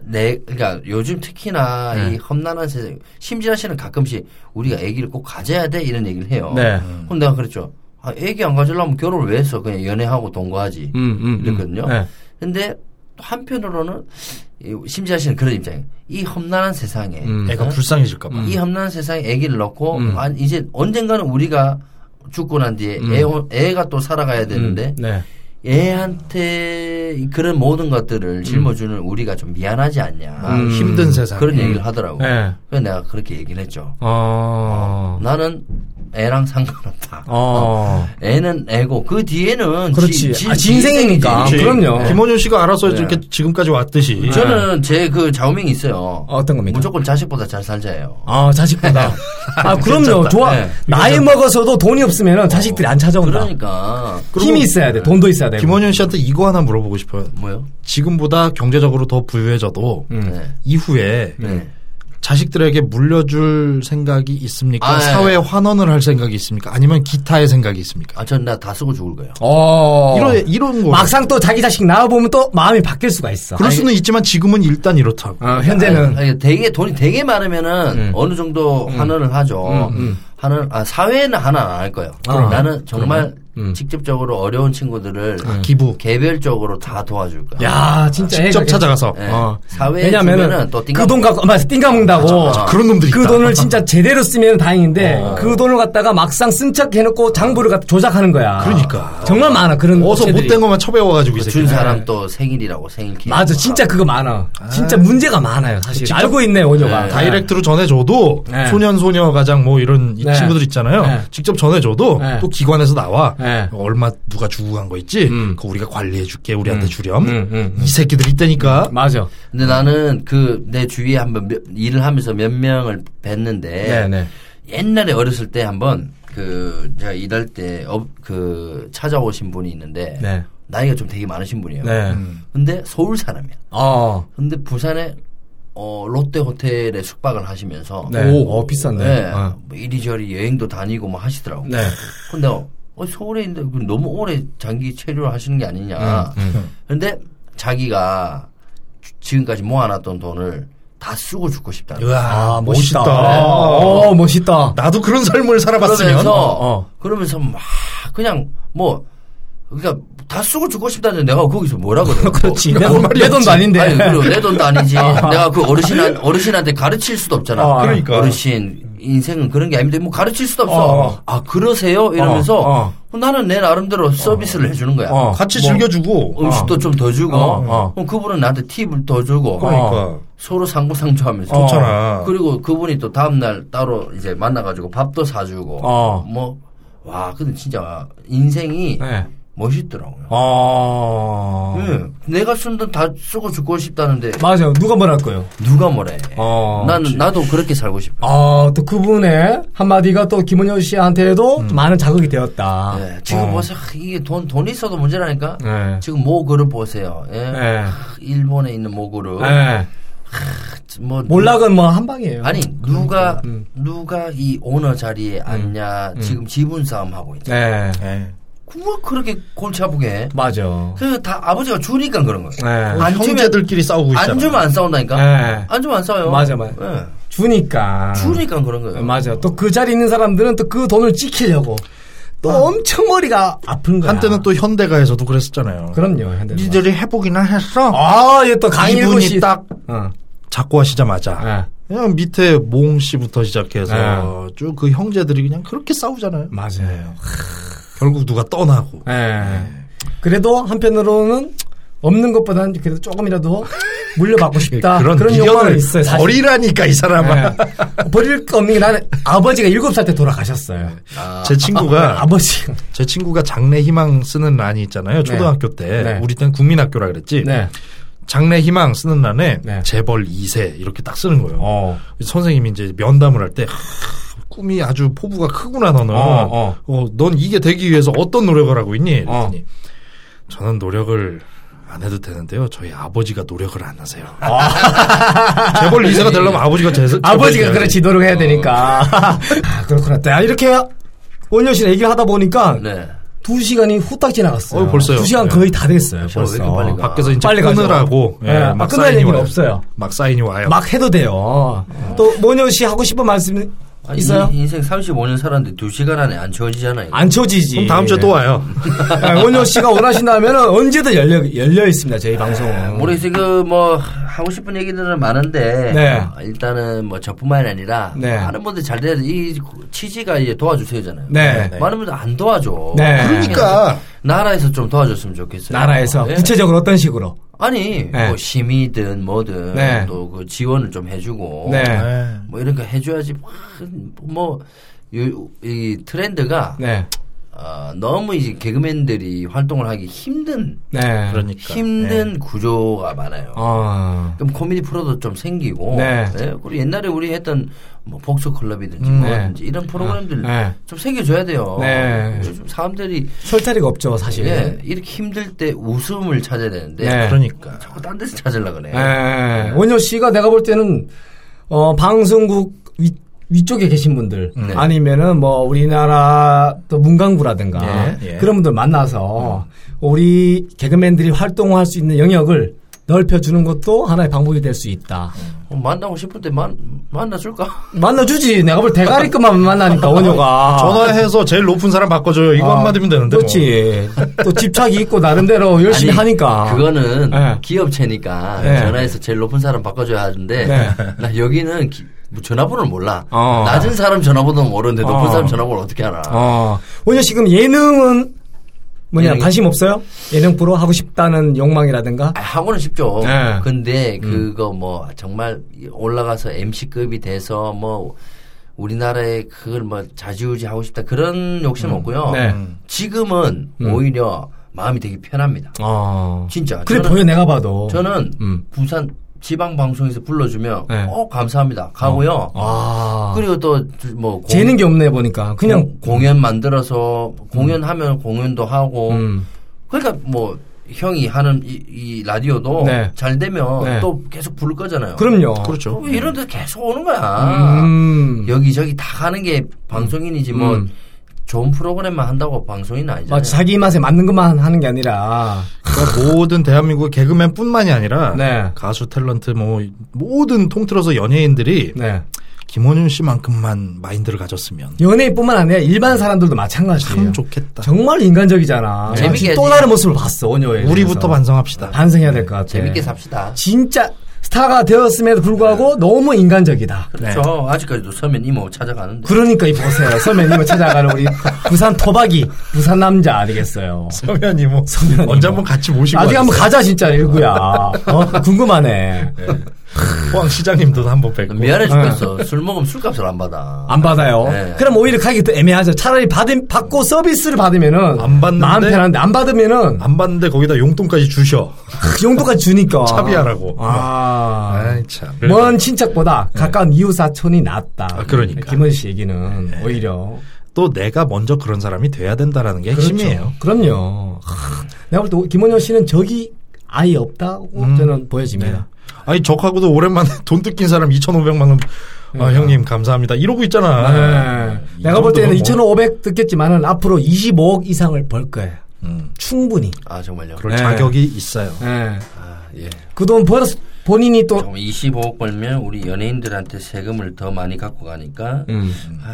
[SPEAKER 4] 어내 그러니까 요즘 특히나
[SPEAKER 5] 네.
[SPEAKER 4] 이 험난한 세상 심지아 씨는 가끔씩 우리가 아기를 꼭 가져야 돼 이런 얘기를 해요. 음.
[SPEAKER 5] 네.
[SPEAKER 4] 그럼 내가 그랬죠. 아, 아기 안 가지려면 결혼을 왜 했어? 그냥 연애하고 동거하지.
[SPEAKER 5] 음, 음, 음.
[SPEAKER 4] 이랬거든요.
[SPEAKER 5] 네.
[SPEAKER 4] 근데 또 한편으로는 이 심지아 씨는 그런 입장이에요. 이 험난한 세상에
[SPEAKER 5] 음.
[SPEAKER 1] 애가
[SPEAKER 4] 어?
[SPEAKER 1] 불쌍해질까봐.
[SPEAKER 4] 이 험난한 세상에 아기를 넣고
[SPEAKER 5] 음.
[SPEAKER 4] 아, 이제 언젠가는 우리가 죽고 난 뒤에 애, 혼- 애가 또 살아가야 되는데
[SPEAKER 5] 음, 네.
[SPEAKER 4] 애한테 그런 모든 것들을
[SPEAKER 5] 음.
[SPEAKER 4] 짊어주는 우리가 좀 미안하지 않냐.
[SPEAKER 1] 아, 힘든 세상.
[SPEAKER 4] 그런 얘기를 하더라고.
[SPEAKER 5] 네.
[SPEAKER 4] 그래서 내가 그렇게 얘기를 했죠.
[SPEAKER 5] 어.
[SPEAKER 4] 나는 애랑 상관없다.
[SPEAKER 5] 어.
[SPEAKER 4] 애는 애고 그 뒤에는
[SPEAKER 5] 그렇지.
[SPEAKER 4] 지-
[SPEAKER 5] 아, 지 인생이니까.
[SPEAKER 4] 인생이지.
[SPEAKER 5] 그럼요. 네.
[SPEAKER 4] 네.
[SPEAKER 1] 김원효 씨가 알아서
[SPEAKER 4] 네.
[SPEAKER 1] 이렇게 지금까지 왔듯이.
[SPEAKER 4] 저는 제 그 좌우명이 있어요.
[SPEAKER 5] 어떤 네. 겁니까?
[SPEAKER 4] 무조건 자식보다 잘 살자예요.
[SPEAKER 5] 아, 자식보다. 아, 그럼요.
[SPEAKER 1] 괜찮다.
[SPEAKER 5] 좋아.
[SPEAKER 4] 네.
[SPEAKER 5] 나이 먹어서도 돈이 없으면 자식들이 안 찾아온다.
[SPEAKER 4] 그러니까
[SPEAKER 5] 힘이 있어야 돼. 돈도 있어야 돼.
[SPEAKER 1] 김원효 씨한테 이거 하나 물어보고 싶어요.
[SPEAKER 4] 뭐요?
[SPEAKER 1] 지금보다 경제적으로 더 부유해져도
[SPEAKER 5] 음.
[SPEAKER 4] 네.
[SPEAKER 1] 이후에
[SPEAKER 4] 네.
[SPEAKER 1] 자식들에게 물려줄 생각이 있습니까?
[SPEAKER 4] 아, 예.
[SPEAKER 1] 사회 환원을 할 생각이 있습니까? 아니면 기타의 생각이 있습니까?
[SPEAKER 4] 아, 전 나 다 쓰고 죽을 거예요.
[SPEAKER 5] 어.
[SPEAKER 1] 이런 이런 거
[SPEAKER 5] 막상 또 자기 자식 낳아보면 또 마음이 바뀔 수가 있어.
[SPEAKER 1] 그럴 수는 있지만 지금은 일단 이렇다고.
[SPEAKER 5] 어, 현재는.
[SPEAKER 4] 음. 아니, 아니, 되게 돈이 되게 많으면은
[SPEAKER 5] 음.
[SPEAKER 4] 어느 정도 환원을 하죠. 환원 아 사회는 환원 안 할 거예요.
[SPEAKER 5] 아, 음.
[SPEAKER 4] 나는 정말 직접적으로 어려운 친구들을
[SPEAKER 1] 기부.
[SPEAKER 4] 개별적으로 다 도와줄 거야.
[SPEAKER 5] 아, 야, 진짜.
[SPEAKER 1] 직접
[SPEAKER 5] 애가
[SPEAKER 1] 찾아가서.
[SPEAKER 4] 예.
[SPEAKER 5] 어.
[SPEAKER 4] 사회에
[SPEAKER 5] 왜냐면은
[SPEAKER 4] 주면은 또
[SPEAKER 5] 그 돈 갖고 맞아 띵가문다고
[SPEAKER 1] 맞아. 그런 놈들이
[SPEAKER 5] 그
[SPEAKER 1] 있다. 어.
[SPEAKER 5] 돈을 진짜 제대로 쓰면 다행인데 그 돈을 갖다가 막상 쓴 척 해놓고 장부를 갖다 조작하는 거야.
[SPEAKER 1] 그러니까.
[SPEAKER 5] 정말 많아 그런
[SPEAKER 1] 어서
[SPEAKER 5] 업체들이.
[SPEAKER 1] 못된 것만 처배워가지고 이 새끼.
[SPEAKER 4] 준 사람 또 생일이라고 생일 케이크.
[SPEAKER 5] 예. 맞아 진짜 그거 많아. 진짜 문제가 많아요 사실. 알고 있네 원효가.
[SPEAKER 4] 네.
[SPEAKER 1] 다이렉트로 전해줘도
[SPEAKER 5] 네.
[SPEAKER 1] 소년 소녀 가장 뭐 이런 이
[SPEAKER 5] 네.
[SPEAKER 1] 친구들 있잖아요.
[SPEAKER 5] 네.
[SPEAKER 1] 직접 전해줘도
[SPEAKER 5] 네.
[SPEAKER 1] 또 기관에서 나와
[SPEAKER 5] 네.
[SPEAKER 1] 얼마 누가 주고 간 거 있지. 그거 우리가 관리해줄게 우리한테 주렴.
[SPEAKER 5] 음, 음,
[SPEAKER 1] 이 새끼들 있다니까.
[SPEAKER 5] 맞아.
[SPEAKER 4] 근데 나는 그 내 주위에 한번 몇- 일을 하면서 몇 명을 뵀는데
[SPEAKER 5] 네네.
[SPEAKER 4] 옛날에 어렸을 때 한번 그 제가 일할 때 그 찾아오신 분이 있는데
[SPEAKER 5] 네.
[SPEAKER 4] 나이가 좀 되게 많으신 분이에요.
[SPEAKER 5] 네.
[SPEAKER 1] 음.
[SPEAKER 4] 근데 서울 사람이야.
[SPEAKER 5] 어.
[SPEAKER 4] 근데 부산에 어 롯데 호텔에 숙박을 하시면서
[SPEAKER 5] 네.
[SPEAKER 1] 오.
[SPEAKER 5] 어 비싼데.
[SPEAKER 4] 네,
[SPEAKER 5] 어.
[SPEAKER 4] 뭐 이리저리 여행도 다니고 뭐 하시더라고.
[SPEAKER 5] 네.
[SPEAKER 4] 근데 어, 어, 서울에 있는데 그 너무 오래 장기 체류를 하시는 게 아니냐.
[SPEAKER 5] 음,
[SPEAKER 4] 근데 자기가 주- 지금까지 모아놨던 돈을 다 쓰고 죽고 싶다.
[SPEAKER 1] 우와,
[SPEAKER 5] 아 멋있다.
[SPEAKER 1] 멋있다.
[SPEAKER 5] 어 멋있다.
[SPEAKER 1] 나도 그런 삶을 살아봤으면.
[SPEAKER 4] 그러면서
[SPEAKER 5] 어, 어.
[SPEAKER 4] 그러면서 막 그냥 뭐 그러니까 다 쓰고 죽고 싶다는데 내가 거기서 뭐라 그래?
[SPEAKER 5] [LAUGHS] 그렇지.
[SPEAKER 4] 뭐,
[SPEAKER 5] 내 돈- 내 돈도 아닌데.
[SPEAKER 4] 아니, 그리고 내
[SPEAKER 5] [LAUGHS]
[SPEAKER 4] 돈도 아니지. 내가 그 어르신한 어르신한테 가르칠 수도 없잖아.
[SPEAKER 5] 어,
[SPEAKER 1] 그러니까.
[SPEAKER 4] 어르신 인생은 그런 게 아닌데 뭐 가르칠 수도 없어.
[SPEAKER 5] 어, 어.
[SPEAKER 4] 아 그러세요? 이러면서
[SPEAKER 5] 어,
[SPEAKER 4] 나는 내 나름대로 서비스를 해주는 거야.
[SPEAKER 5] 어.
[SPEAKER 1] 같이
[SPEAKER 5] 뭐,
[SPEAKER 1] 즐겨주고.
[SPEAKER 4] 음식도 좀 더 주고
[SPEAKER 5] 어, 어.
[SPEAKER 4] 그럼 그분은 나한테 팁을 더 주고 어.
[SPEAKER 5] 그러니까.
[SPEAKER 1] 그러니까.
[SPEAKER 4] 서로 상부상조하면서 어.
[SPEAKER 6] 좋잖아.
[SPEAKER 4] 그리고 그분이 또 다음날 따로 이제 만나가지고 밥도 사주고 뭐,
[SPEAKER 5] 어.
[SPEAKER 4] 뭐와 근데 진짜 인생이
[SPEAKER 5] 네.
[SPEAKER 4] 멋있더라고요.
[SPEAKER 5] 어.
[SPEAKER 1] 음.
[SPEAKER 4] 예, 내가 쓴 돈 다 쓰고 죽고 싶다는데
[SPEAKER 5] 맞아요. 누가 뭐랄 거예요?
[SPEAKER 4] 누가 뭐래?
[SPEAKER 5] 어.
[SPEAKER 4] 나는 나도 그렇게 살고 싶어.
[SPEAKER 5] 아, 또 그분의 한마디가 또 김은현 씨한테도
[SPEAKER 1] 음.
[SPEAKER 5] 많은 자극이 되었다.
[SPEAKER 1] 네,
[SPEAKER 4] 예, 지금
[SPEAKER 1] 뭐
[SPEAKER 5] 어.
[SPEAKER 4] 보세요. 이게 돈, 돈 있어도 문제라니까.
[SPEAKER 5] 네.
[SPEAKER 4] 지금 모 그룹 보세요. 예.
[SPEAKER 5] 네.
[SPEAKER 4] 하, 일본에 있는 모 그룹.
[SPEAKER 5] 네.
[SPEAKER 4] 뭐
[SPEAKER 5] 몰락은 뭐 한 방이에요.
[SPEAKER 4] 아니 누가
[SPEAKER 5] 음,
[SPEAKER 4] 누가 이 오너 자리에 앉냐 지금 지분 싸움 하고
[SPEAKER 5] 네.
[SPEAKER 4] 있잖아.
[SPEAKER 6] 예.
[SPEAKER 4] 뭐 그렇게 골치 아프게. 해?
[SPEAKER 5] 맞아.
[SPEAKER 4] 그다 아버지가 주니까 그런 거예요.
[SPEAKER 5] 네.
[SPEAKER 1] 아,
[SPEAKER 4] 안 주면
[SPEAKER 1] 형제들끼리 싸우고
[SPEAKER 4] 안 주면 안 싸운다니까.
[SPEAKER 5] 네.
[SPEAKER 4] 안 주면 안 싸요.
[SPEAKER 5] 맞아, 아. 맞아.
[SPEAKER 4] 예.
[SPEAKER 5] 주니까.
[SPEAKER 4] 주니까 그런 거예요.
[SPEAKER 5] 맞아. 또 그 자리 있는 사람들은 또 그 돈을 지키려고 또 엄청 머리가 아픈 거야.
[SPEAKER 1] 아. 한때는 또 현대가에서도 그랬었잖아요.
[SPEAKER 5] 그럼요. 한때는.
[SPEAKER 1] 니들이 해보기나 했어.
[SPEAKER 5] 아, 얘 또 강일구
[SPEAKER 1] 이분이
[SPEAKER 5] 씨.
[SPEAKER 1] 딱
[SPEAKER 5] 어.
[SPEAKER 1] 작고 하시자마자
[SPEAKER 5] 예.
[SPEAKER 1] 그냥 밑에 모홍 씨부터 시작해서 쭉 그 형제들이 그냥 그렇게 싸우잖아요.
[SPEAKER 5] 맞아요.
[SPEAKER 1] 결국 누가 떠나고
[SPEAKER 5] 예.
[SPEAKER 1] 네.
[SPEAKER 5] 그래도 한편으로는 없는 것보다는 그래도 조금이라도 물려받고 싶다.
[SPEAKER 1] 아, 그런,
[SPEAKER 5] 그런, 욕망은
[SPEAKER 1] 미련을
[SPEAKER 5] 있어요. 사실.
[SPEAKER 1] 버리라니까 이 사람아.
[SPEAKER 5] 예. 버릴 거 없는 게 나는 아버지가 일곱 살 때 돌아가셨어요.
[SPEAKER 1] 제 친구가
[SPEAKER 5] 아버지.
[SPEAKER 1] 제 친구가 장래 희망 쓰는 란이 있잖아요. 초등학교 때
[SPEAKER 5] 네.
[SPEAKER 1] 우리 때는 국민학교라 그랬지.
[SPEAKER 5] 네.
[SPEAKER 1] 장래 희망 쓰는 란에
[SPEAKER 5] 네.
[SPEAKER 1] 재벌 2세 이렇게 딱 쓰는 거예요.
[SPEAKER 5] 어.
[SPEAKER 1] 선생님이 이제 면담을 할 때 꿈이 아주 포부가 크구나 너는.
[SPEAKER 5] 어,
[SPEAKER 1] 어,
[SPEAKER 5] 어.
[SPEAKER 1] 넌 이게 되기 위해서 어떤 노력을 하고 있니?
[SPEAKER 5] 어.
[SPEAKER 1] 그랬더니 저는 노력을 안 해도 되는데요. 저희 아버지가 노력을 안 하세요. [LAUGHS] 재벌 2세가 되려면 아버지가 재
[SPEAKER 5] 아. 아버지가 그렇지 노력해야 되니까. 아, 그렇구나. 야, 이렇게 원효 씨랑 얘기를 하다 보니까
[SPEAKER 4] 네.
[SPEAKER 5] 두 시간이 후딱 지나갔어요.
[SPEAKER 1] 어, 벌써요.
[SPEAKER 5] 두 시간
[SPEAKER 1] 네.
[SPEAKER 5] 거의 다 됐어요.
[SPEAKER 4] 시간
[SPEAKER 5] 벌써.
[SPEAKER 4] 왜 이렇게 빨리 가?
[SPEAKER 1] 밖에서 이제
[SPEAKER 5] 빨리 가죠.
[SPEAKER 1] 끊으라고 네,
[SPEAKER 5] 예, 아,
[SPEAKER 1] 막
[SPEAKER 5] 끊을
[SPEAKER 1] 사인이
[SPEAKER 5] 얘기는
[SPEAKER 1] 와요.
[SPEAKER 5] 없어요.
[SPEAKER 1] 막 사인이 와요.
[SPEAKER 5] 막 해도 돼요. 또 모녀 씨 하고 싶은 말씀
[SPEAKER 4] 아니,
[SPEAKER 5] 있어요?
[SPEAKER 4] 인- 인생 35년 살았는데 2시간 안에 안 채워지잖아요.
[SPEAKER 5] 안 쳐지지. 네,
[SPEAKER 1] 그럼 다음 주에 또 와요.
[SPEAKER 5] [LAUGHS] 원효 씨가 원하신다면 언제든 열려 열려 있습니다. 저희 방송은.
[SPEAKER 4] 모르겠어요. 그 뭐 하고 싶은 얘기들은 많은데
[SPEAKER 5] 네.
[SPEAKER 4] 어, 일단은 뭐 저뿐만이 아니라
[SPEAKER 5] 네.
[SPEAKER 4] 많은 분들 잘 돼야 돼. 이 취지가 이제 도와주세요잖아요.
[SPEAKER 5] 네.
[SPEAKER 4] 많은 분들 안 도와줘.
[SPEAKER 5] 네.
[SPEAKER 1] 그러니까
[SPEAKER 4] 나라에서 좀 도와줬으면 좋겠어요.
[SPEAKER 5] 나라에서
[SPEAKER 4] 예.
[SPEAKER 5] 구체적으로 어떤 식으로?
[SPEAKER 4] 아니
[SPEAKER 5] 네.
[SPEAKER 4] 뭐 심의든 뭐든
[SPEAKER 5] 네.
[SPEAKER 4] 또 그 지원을 좀 해주고
[SPEAKER 5] 네.
[SPEAKER 1] 예.
[SPEAKER 4] 뭐 이런 거 해줘야지 뭐이 트렌드가
[SPEAKER 5] 네.
[SPEAKER 4] 어, 너무 이제 개그맨들이 활동을 하기 힘든
[SPEAKER 5] 네.
[SPEAKER 1] 그러니까
[SPEAKER 4] 힘든 구조가 많아요.
[SPEAKER 5] 어.
[SPEAKER 4] 그럼 코미디 프로도 좀 생기고
[SPEAKER 5] 네.
[SPEAKER 4] 예, 그리고 옛날에 우리 했던 뭐 복서 클럽이든지
[SPEAKER 5] 음,
[SPEAKER 4] 뭐든지 이런 프로그램들
[SPEAKER 5] 네.
[SPEAKER 4] 좀 생겨줘야 돼요.
[SPEAKER 5] 네.
[SPEAKER 4] 요즘 사람들이
[SPEAKER 5] 설 자리가 없죠, 사실.
[SPEAKER 4] 예, 이렇게 힘들 때 웃음을 찾아야 되는데
[SPEAKER 5] 네.
[SPEAKER 1] 그러니까
[SPEAKER 4] 자꾸 딴 데서 찾으려 그래.
[SPEAKER 5] 예. 원효 씨가 내가 볼 때는 어, 방송국 위, 위쪽에 계신 분들
[SPEAKER 1] 음,
[SPEAKER 4] 네.
[SPEAKER 5] 아니면은 뭐 우리나라 또 문광부라든가
[SPEAKER 1] 예, 예.
[SPEAKER 5] 그런 분들 만나서 우리 개그맨들이 활동할 수 있는 영역을 넓혀주는 것도 하나의 방법이 될 수 있다.
[SPEAKER 4] 어, 만나고 싶을 때 만, 만나줄까?
[SPEAKER 5] 만나주지. 내가 볼
[SPEAKER 1] [LAUGHS]
[SPEAKER 5] 대가리급만 만나니까 원효가.
[SPEAKER 1] 전화해서 제일 높은 사람 바꿔줘요. 이거
[SPEAKER 5] 아,
[SPEAKER 1] 한마디면 되는데. 뭐.
[SPEAKER 5] 그렇지. 예. 또 집착이 있고 나름대로 열심히
[SPEAKER 4] [LAUGHS] 아니,
[SPEAKER 5] 하니까.
[SPEAKER 4] 그거는
[SPEAKER 5] 예.
[SPEAKER 4] 기업체니까
[SPEAKER 5] 네.
[SPEAKER 4] 전화해서 제일 높은 사람 바꿔줘야 하는데
[SPEAKER 5] 네.
[SPEAKER 4] 나 여기는 기- 뭐 전화번호를 몰라.
[SPEAKER 5] 어.
[SPEAKER 4] 낮은 사람 전화번호는 모르는데 높은
[SPEAKER 5] 어.
[SPEAKER 4] 사람 전화번호 어떻게 알아?
[SPEAKER 5] 어. 원효 씨 그럼 예능은 뭐냐
[SPEAKER 4] 예능.
[SPEAKER 5] 관심 없어요? 예능 프로 하고 싶다는 욕망이라든가?
[SPEAKER 4] 아, 하고는 쉽죠.
[SPEAKER 5] 네.
[SPEAKER 4] 근데 그거 뭐 정말 올라가서 MC급이 돼서 뭐 우리나라에 그걸 뭐 자지우지 하고 싶다 그런 욕심 은 없고요.
[SPEAKER 5] 네.
[SPEAKER 4] 지금은 오히려 마음이 되게 편합니다.
[SPEAKER 5] 어.
[SPEAKER 4] 진짜.
[SPEAKER 5] 그래
[SPEAKER 4] 아. 저는-
[SPEAKER 5] 보여 내가 봐도.
[SPEAKER 4] 저는
[SPEAKER 5] 음.
[SPEAKER 4] 부산 지방 방송에서 불러주면
[SPEAKER 5] 네.
[SPEAKER 4] 어 감사합니다 가고요.
[SPEAKER 5] 아.
[SPEAKER 4] 그리고 또 뭐
[SPEAKER 5] 재는 게 없네 보니까 그냥
[SPEAKER 4] 공연 만들어서 공연하면 공연도 하고
[SPEAKER 5] 음.
[SPEAKER 4] 그러니까 뭐 형이 하는 이, 이 라디오도
[SPEAKER 5] 네.
[SPEAKER 4] 잘 되면
[SPEAKER 5] 네.
[SPEAKER 4] 또 계속 부를 거잖아요.
[SPEAKER 5] 그럼요.
[SPEAKER 1] 그렇죠.
[SPEAKER 4] 그럼 이런 데 계속 오는 거야.
[SPEAKER 5] 음.
[SPEAKER 4] 여기저기 다 가는 게 방송인이지 뭐
[SPEAKER 5] 음.
[SPEAKER 4] 좋은 프로그램만 한다고 방송인 아니잖아요.
[SPEAKER 5] 맞아, 자기 입맛에 맞는 것만 하는 게 아니라
[SPEAKER 1] 그러니까 모든 대한민국 개그맨뿐만이 아니라
[SPEAKER 5] 네.
[SPEAKER 1] 가수 탤런트 뭐 모든 통틀어서 연예인들이
[SPEAKER 5] 네.
[SPEAKER 1] 김원윤 씨만큼만 마인드를 가졌으면
[SPEAKER 5] 연예인뿐만 아니라 일반 사람들도 마찬가지예요.
[SPEAKER 1] 참 좋겠다.
[SPEAKER 5] 정말 인간적이잖아.
[SPEAKER 4] 재밌게
[SPEAKER 5] 마치
[SPEAKER 4] 해야지.
[SPEAKER 5] 또 다른 모습을 봤어 원효에.
[SPEAKER 1] 우리부터 반성합시다.
[SPEAKER 5] 반성해야 될 것 같아.
[SPEAKER 4] 재밌게 네. 삽시다.
[SPEAKER 5] 진짜 스타가 되었음에도 불구하고 너무 인간적이다.
[SPEAKER 4] 그렇죠.
[SPEAKER 5] 네.
[SPEAKER 4] 아직까지도 서면 이모 찾아가는데.
[SPEAKER 5] 그러니까 이 보세요. 선배님을 찾아가는 우리 부산 토박이, 부산 남자 아니겠어요.
[SPEAKER 1] 서면이 [LAUGHS] 뭐
[SPEAKER 5] 서면이
[SPEAKER 1] 언제
[SPEAKER 5] 뭐.
[SPEAKER 1] 한번 같이 모시고
[SPEAKER 5] 나중에
[SPEAKER 1] 와주세요.
[SPEAKER 5] 한번 가자 진짜 일구야. 어? 궁금하네.
[SPEAKER 1] 포항시장님도 한 번 뵙고.
[SPEAKER 5] 그러니까.
[SPEAKER 1] 아,
[SPEAKER 4] 미안해
[SPEAKER 5] 네.
[SPEAKER 4] 죽겠어. 술 먹으면 술값을 안 받아.
[SPEAKER 5] 안 받아요.
[SPEAKER 4] 네.
[SPEAKER 5] 그럼 오히려 가격이 더 애매하죠. 차라리 받은, 받고 서비스를 받으면은
[SPEAKER 1] 안 받는데? 아,
[SPEAKER 5] 마음 편한데 안 받으면은
[SPEAKER 1] 안 봤는데 거기다 용돈까지 주셔.
[SPEAKER 5] 그 정도까지 주니까
[SPEAKER 1] 차비하라고.
[SPEAKER 5] 아.
[SPEAKER 1] 아이, 참. 뭐,
[SPEAKER 5] 먼 친척보다 가까운 이웃 사촌이 낫다.
[SPEAKER 1] 아, 그러니까.
[SPEAKER 5] 김원 씨 얘기는 오히려
[SPEAKER 1] 또 내가 먼저 그런 사람이 돼야 된다라는 게 핵심이에요.
[SPEAKER 5] 그렇죠.
[SPEAKER 1] 음.
[SPEAKER 5] 그럼요. 하, 내가 볼 때 김원현 씨는 적이 아예 없다고
[SPEAKER 1] 음.
[SPEAKER 5] 저는 보여집니다.
[SPEAKER 1] 아니 적하고도 오랜만에 [LAUGHS] 돈 뜯긴 사람 2,500만 원. 아 형님 감사합니다. 이러고 있잖아.
[SPEAKER 5] 네.
[SPEAKER 1] 이
[SPEAKER 5] 내가 볼 때는
[SPEAKER 1] 정도면 뭐-
[SPEAKER 5] 2,500 듣겠지만은 앞으로 25억 이상을 벌 거예요.
[SPEAKER 1] 음.
[SPEAKER 5] 충분히.
[SPEAKER 4] 아 정말요.
[SPEAKER 1] 그럴
[SPEAKER 5] 네.
[SPEAKER 1] 자격이 있어요.
[SPEAKER 5] 예.
[SPEAKER 4] 아, 예.
[SPEAKER 5] 그 돈 벌어서 본인이
[SPEAKER 1] 음.
[SPEAKER 5] 또
[SPEAKER 4] 정말 25억 벌면 우리 연예인들한테 세금을 더 많이 갖고 가니까 아,
[SPEAKER 5] 음.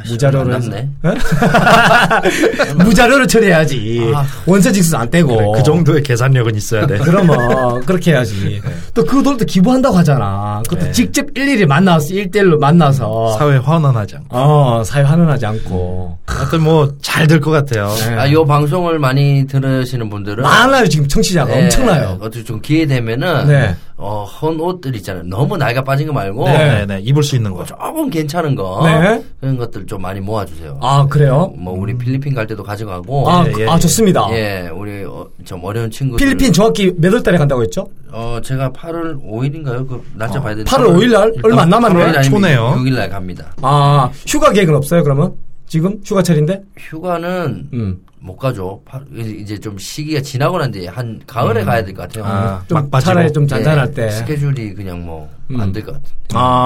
[SPEAKER 5] 무자료로 해서.
[SPEAKER 4] 남네.
[SPEAKER 5] 예? [LAUGHS] 무자료를 처리해야지. 원서 직수 안 떼고.
[SPEAKER 1] 아. 그래, 그 정도의 네. 계산력은 있어야 돼.
[SPEAKER 5] 그러면 그렇게 해야지. 또 그 돈도 기부한다고 하잖아. 그것도
[SPEAKER 1] 네.
[SPEAKER 5] 직접 일일이 만나서 일대일로 만나서
[SPEAKER 1] 사회 환원하지 않고.
[SPEAKER 5] 어, 사회 환원하지 않고.
[SPEAKER 1] 하여튼 뭐 잘 될 것 같아요.
[SPEAKER 5] 네.
[SPEAKER 4] 아, 요 방송을 많이 들으시는 분들은
[SPEAKER 5] 많아요 지금 청취자가
[SPEAKER 4] 네,
[SPEAKER 5] 엄청나요.
[SPEAKER 4] 어떻게 좀 기회 되면은
[SPEAKER 5] 네.
[SPEAKER 4] 어, 헌 옷들 있잖아요. 너무 나이가 빠진 거 말고
[SPEAKER 1] 네, 네, 입을 수 있는 거.
[SPEAKER 4] 조금 괜찮은 거
[SPEAKER 5] 네.
[SPEAKER 4] 그런 것들 좀 많이 모아주세요.
[SPEAKER 5] 아 그래요?
[SPEAKER 4] 뭐 우리 필리핀 갈 때도 가져가고 네.
[SPEAKER 5] 아,
[SPEAKER 1] 예, 예,
[SPEAKER 5] 아
[SPEAKER 1] 예.
[SPEAKER 5] 좋습니다.
[SPEAKER 4] 예 우리 어, 좀 어려운 친구들
[SPEAKER 5] 필리핀 정확히 몇 월 달에 간다고 했죠?
[SPEAKER 4] 어 제가 8월 5일인가요? 그 날짜 봐야 되는데
[SPEAKER 5] 8월 5일 날 어, 얼마 안 남았네.
[SPEAKER 1] 8월
[SPEAKER 4] 6일 날 갑니다.
[SPEAKER 5] 아 휴가 계획은 없어요 그러면? 지금 휴가철인데?
[SPEAKER 4] 휴가는
[SPEAKER 5] 음.
[SPEAKER 4] 못 가죠. 팔- 이제 좀 시기가 지나고 난 뒤에 한
[SPEAKER 5] 음.
[SPEAKER 4] 가을에 가야 될 것 같아요.
[SPEAKER 1] 아,
[SPEAKER 5] 좀
[SPEAKER 1] 막 빠지고.
[SPEAKER 5] 차라리 좀 잔잔할
[SPEAKER 4] 예,
[SPEAKER 5] 때. 음.
[SPEAKER 4] 스케줄이 그냥 뭐 안 될 것 같은데.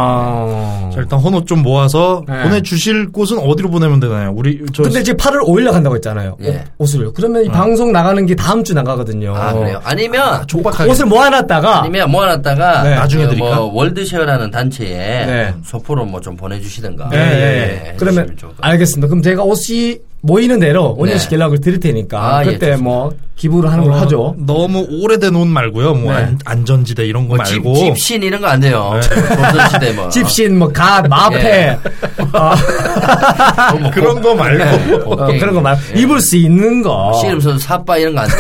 [SPEAKER 5] 아.
[SPEAKER 1] 자, 일단 헌옷 좀 모아서
[SPEAKER 5] 네.
[SPEAKER 1] 보내주실 곳은 어디로 보내면 되나요? 우리 저
[SPEAKER 5] 근데 지금 8월 5일 날 간다고 했잖아요.
[SPEAKER 4] 예.
[SPEAKER 5] 옷을. 그러면 이 방송 나가는 게 다음 주 나가거든요.
[SPEAKER 4] 아 그래요. 아니면
[SPEAKER 1] 촉박하게
[SPEAKER 5] 옷을 모아놨다가
[SPEAKER 4] 아니면 모아놨다가
[SPEAKER 5] 네.
[SPEAKER 1] 나중에
[SPEAKER 4] 그
[SPEAKER 1] 드릴까?
[SPEAKER 4] 뭐 월드쉐어라는 단체에
[SPEAKER 5] 네.
[SPEAKER 4] 소포로 뭐 좀 보내주시든가.
[SPEAKER 5] 예, 예, 예. 그러면
[SPEAKER 4] 해주시면 좋을 것 같아요.
[SPEAKER 5] 알겠습니다. 그럼 제가 옷이 모이는 대로 원현 씨
[SPEAKER 4] 네.
[SPEAKER 5] 연락을 드릴 테니까
[SPEAKER 4] 아, 예,
[SPEAKER 5] 그때 뭐 기부를 하는 걸로
[SPEAKER 1] 어,
[SPEAKER 5] 하죠.
[SPEAKER 1] 너무 오래된 옷 말고요. 뭐
[SPEAKER 5] 네.
[SPEAKER 1] 안- 안전지대 이런 거
[SPEAKER 4] 뭐 집,
[SPEAKER 1] 말고.
[SPEAKER 4] 집신 이런 거 안 돼요. 조선시대
[SPEAKER 5] [LAUGHS]
[SPEAKER 4] 뭐.
[SPEAKER 5] 집신, 뭐, 갓, 마패.
[SPEAKER 4] 예. [LAUGHS]
[SPEAKER 5] 아,
[SPEAKER 4] 뭐, 뭐뭐
[SPEAKER 1] 그런 거 말고.
[SPEAKER 4] 고-
[SPEAKER 5] 어, 그런 거 말.
[SPEAKER 4] 예.
[SPEAKER 5] 입을 수 있는 거. [LAUGHS]
[SPEAKER 4] 씨름선 사빠 이런 거 안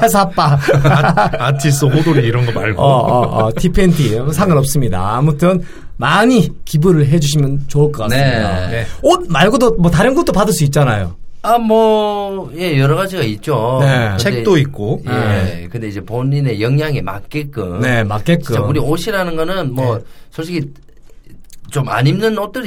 [SPEAKER 4] 돼.
[SPEAKER 5] 사빠.
[SPEAKER 1] 아, 아티스트 호돌이 이런 거 말고.
[SPEAKER 5] 어, 어, 어, 티팬티. 상관없습니다. 아무튼, 많이 기부를 해주시면 좋을 것 같습니다.
[SPEAKER 4] 네.
[SPEAKER 5] 옷 말고도 뭐 다른 것도 받을 수 있잖아요.
[SPEAKER 4] 아, 뭐, 예, 여러 가지가 있죠.
[SPEAKER 5] 네.
[SPEAKER 4] 근데-
[SPEAKER 1] 책도 있고.
[SPEAKER 4] 예. 근데 이제 본인의 역량에 맞게끔.
[SPEAKER 5] 네, 맞게끔.
[SPEAKER 4] 진짜 우리 옷이라는 거는 뭐,
[SPEAKER 5] 네.
[SPEAKER 4] 솔직히 좀 안 입는 옷들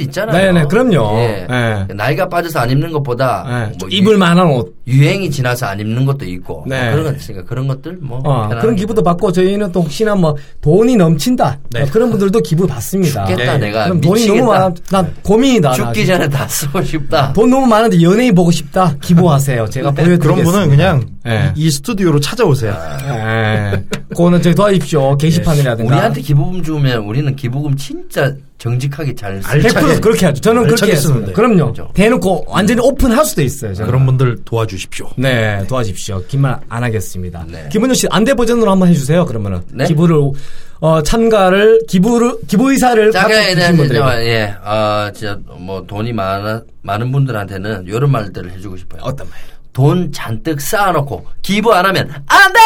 [SPEAKER 5] 네,
[SPEAKER 4] 있잖아요.
[SPEAKER 5] 네, 그럼요.
[SPEAKER 4] 예.
[SPEAKER 5] 네.
[SPEAKER 4] 나이가 빠져서 안 입는 것보다.
[SPEAKER 5] 예,
[SPEAKER 4] 뭐
[SPEAKER 5] 입을 만한 옷.
[SPEAKER 4] 유행이 지나서 안 입는 것도 있고.
[SPEAKER 5] 네.
[SPEAKER 4] 뭐 그런 것 있으니까 그런 것들 뭐.
[SPEAKER 5] 어,
[SPEAKER 4] 편안하게.
[SPEAKER 5] 그런 기부도 받고 저희는 또 혹시나 뭐 돈이 넘친다
[SPEAKER 1] 네.
[SPEAKER 5] 어, 그런 분들도 기부 받습니다.
[SPEAKER 4] 죽겠다,
[SPEAKER 5] 네.
[SPEAKER 4] 내가.
[SPEAKER 5] 그럼 돈이
[SPEAKER 4] 미치겠다.
[SPEAKER 5] 너무 많아 난 고민이다. 네. 나
[SPEAKER 4] 죽기
[SPEAKER 5] 지금.
[SPEAKER 4] 전에 다 쓰고 싶다.
[SPEAKER 5] 돈 너무 많은데 연예인 보고 싶다 기부하세요. 제가 보여드리겠습니다.
[SPEAKER 1] 네, 그런 분은 그냥
[SPEAKER 5] 예.
[SPEAKER 1] 이 스튜디오로 찾아오세요.
[SPEAKER 5] 예. 그거는 저희 도와주십시오. 게시판이라든가.
[SPEAKER 4] 우리한테 기부금 주면 우리는 기부금 진짜 정직하게 잘 쓰.
[SPEAKER 5] 100% 그렇게 하죠. 저는
[SPEAKER 1] 알차게 쓰는데.
[SPEAKER 5] 그렇게 했습니다. 그럼요.
[SPEAKER 4] 그렇죠.
[SPEAKER 5] 대놓고 완전히 오픈할 수도 있어요. 저는.
[SPEAKER 1] 그런 분들 도와주십시오.
[SPEAKER 5] 네, 도와주십시오. 긴말 안 하겠습니다.
[SPEAKER 4] 네.
[SPEAKER 5] 김은효 씨 안대 버전으로 한번 해주세요. 그러면은
[SPEAKER 4] 네?
[SPEAKER 5] 기부를 어, 참가를 기부를 기부 의사를 갖고
[SPEAKER 4] 자기에
[SPEAKER 5] 계신
[SPEAKER 4] 대한
[SPEAKER 5] 분들
[SPEAKER 4] 좀, 예, 아, 진짜 뭐 돈이 많아, 많은 분들한테는 이런 말들을 해주고 싶어요.
[SPEAKER 5] 어떤 말?
[SPEAKER 4] 돈 잔뜩 쌓아놓고 기부 안 하면 안 돼!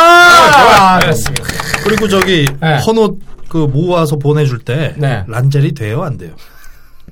[SPEAKER 5] 아, 그렇습니다.
[SPEAKER 1] 그리고 저기
[SPEAKER 5] 네.
[SPEAKER 1] 헌옷 그 모아서 보내줄 때
[SPEAKER 5] 네.
[SPEAKER 1] 란젤이 돼요 안 돼요?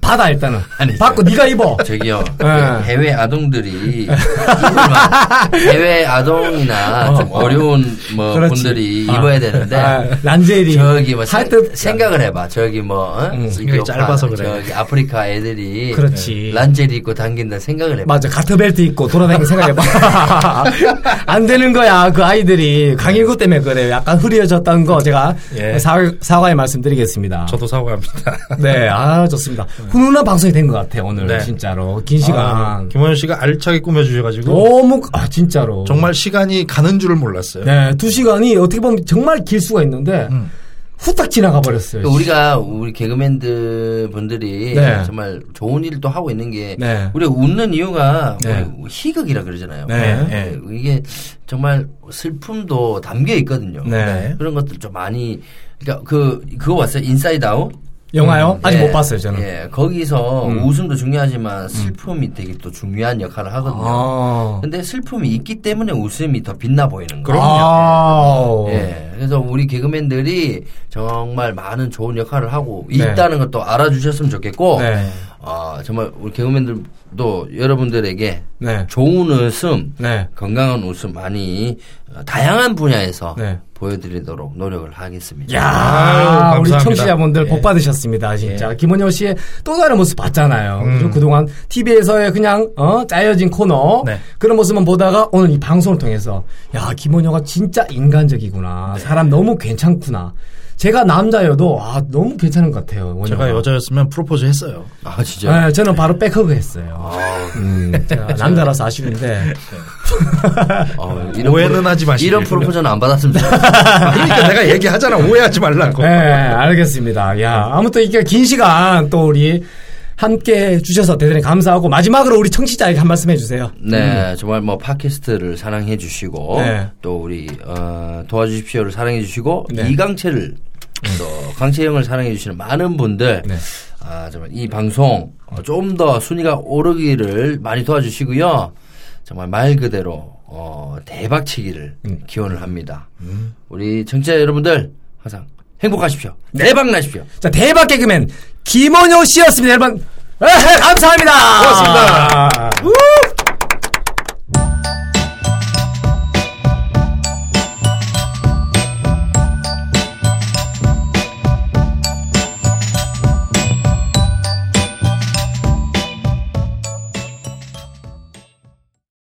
[SPEAKER 5] 받아 일단은.
[SPEAKER 4] 아니,
[SPEAKER 5] 받고 네가 입어.
[SPEAKER 4] 저기요,
[SPEAKER 5] 예.
[SPEAKER 4] 해외 아동들이 입을만- 해외 아동이나 좀 어려운 뭐
[SPEAKER 5] 그렇지.
[SPEAKER 4] 분들이 입어야 되는데
[SPEAKER 5] 아, 란제리.
[SPEAKER 4] 저기 뭐
[SPEAKER 5] 하여튼 음,
[SPEAKER 4] 생, 각을 해봐. 저기 뭐 어?
[SPEAKER 1] 생각이 짧아서 그래.
[SPEAKER 4] 저기 아프리카 애들이
[SPEAKER 5] 그렇지.
[SPEAKER 4] 란제리 입고 당긴다 생각을 해봐.
[SPEAKER 5] 맞아. 가터벨트 입고 돌아다니는 생각해봐. [LAUGHS] 안 되는 거야. 그 아이들이 강일구 때문에 그래요. 약간 흐려졌다는 거 제가
[SPEAKER 1] 예.
[SPEAKER 5] 사, 사과의 말씀드리겠습니다.
[SPEAKER 1] 저도 사과합니다.
[SPEAKER 5] 네, 아 좋습니다. 훈훈한 방송이 된 것 같아요 오늘
[SPEAKER 1] 네.
[SPEAKER 5] 진짜로 긴 시간.
[SPEAKER 1] 아, 김원현 씨가 알차게 꾸며주셔가지고
[SPEAKER 5] 너무 아 진짜로.
[SPEAKER 1] 정말 시간이 가는 줄을 몰랐어요.
[SPEAKER 5] 네, 두 시간이 어떻게 보면 정말 길 수가 있는데 후딱 지나가 버렸어요.
[SPEAKER 4] 그러니까 우리가 우리 개그맨들 분들이
[SPEAKER 5] 네.
[SPEAKER 4] 정말 좋은 일도 하고 있는 게
[SPEAKER 5] 네.
[SPEAKER 4] 우리가 웃는 이유가
[SPEAKER 5] 네.
[SPEAKER 4] 우리 희극이라 그러잖아요.
[SPEAKER 5] 네.
[SPEAKER 1] 네.
[SPEAKER 4] 이게 정말 슬픔도 담겨 있거든요.
[SPEAKER 5] 네.
[SPEAKER 4] 그런 것들 좀 많이 그러니까 그 그거 봤어요? 인사이드 아웃?
[SPEAKER 5] 영화요? 아직
[SPEAKER 4] 예.
[SPEAKER 5] 못 봤어요 저는.
[SPEAKER 4] 예. 거기서 웃음도 중요하지만 슬픔이 되게 또 중요한 역할을 하거든요.
[SPEAKER 5] 아.
[SPEAKER 4] 근데 슬픔이 있기 때문에 웃음이 더 빛나 보이는 거예요.
[SPEAKER 1] 어.
[SPEAKER 5] 아우.
[SPEAKER 4] 예. 그래서 우리 개그맨들이 정말 많은 좋은 역할을 하고
[SPEAKER 1] 네.
[SPEAKER 4] 있다는 것도 알아주셨으면 좋겠고
[SPEAKER 5] 네.
[SPEAKER 4] 아, 정말 우리 개그맨들도 여러분들에게
[SPEAKER 5] 네.
[SPEAKER 4] 좋은 웃음,
[SPEAKER 5] 네.
[SPEAKER 4] 건강한 웃음 많이 어, 다양한 분야에서
[SPEAKER 5] 네.
[SPEAKER 4] 보여드리도록 노력을 하겠습니다.
[SPEAKER 5] 야
[SPEAKER 1] 아유,
[SPEAKER 5] 우리
[SPEAKER 1] 감사합니다. 예.
[SPEAKER 5] 청취자분들
[SPEAKER 4] 예.
[SPEAKER 5] 복 받으셨습니다, 진짜. 김원효 씨의 또 다른 모습 봤잖아요.
[SPEAKER 1] 음.
[SPEAKER 5] 그죠? 그동안 TV에서의 그냥, 어, 짜여진 코너.
[SPEAKER 1] 네.
[SPEAKER 5] 그런 모습만 보다가 오늘 이 방송을 통해서, 야, 김원효가 진짜 인간적이구나.
[SPEAKER 1] 네.
[SPEAKER 5] 사람 너무 괜찮구나. 제가 남자여도, 아, 너무 괜찮은 것 같아요. 원효가.
[SPEAKER 1] 제가 여자였으면 프로포즈
[SPEAKER 5] [LAUGHS]
[SPEAKER 1] 했어요.
[SPEAKER 4] 아, 진짜.
[SPEAKER 5] 네, 저는 바로 백허그 했어요.
[SPEAKER 1] 아,
[SPEAKER 5] 음,
[SPEAKER 1] [LAUGHS]
[SPEAKER 5] 제가 남자라서 아쉬운데.
[SPEAKER 4] 어,
[SPEAKER 1] 오해는 하지 마시고.
[SPEAKER 4] 이런 프로포즈는 안 받았으면 좋겠어요.
[SPEAKER 1] 그러니까 내가 얘기하잖아. 오해하지 말라고.
[SPEAKER 5] 네, 알겠습니다. 야, 아무튼 이게 긴 시간 또 우리 함께 해주셔서 대단히 감사하고 마지막으로 우리 청취자에게 한 말씀 해주세요.
[SPEAKER 4] 네, 정말 뭐 팟캐스트를 사랑해 주시고
[SPEAKER 5] 음. 네.
[SPEAKER 4] 또 우리 어, 도와주십시오를 사랑해 주시고
[SPEAKER 5] 네.
[SPEAKER 4] 이강채를 또 강채영을 사랑해 주시는 많은 분들
[SPEAKER 5] 네.
[SPEAKER 4] 아 정말 이 방송 어, 좀 더 순위가 오르기를 많이 도와주시고요. 정말 말 그대로 어, 대박치기를
[SPEAKER 5] 음.
[SPEAKER 4] 기원을 합니다. 우리 청취자 여러분들 항상 행복하십시오.
[SPEAKER 5] 네.
[SPEAKER 4] 대박 나십시오.
[SPEAKER 5] 자, 대박 네, 개그맨 김원효 씨였습니다, 여러분. 에헤, 감사합니다. 고맙습니다.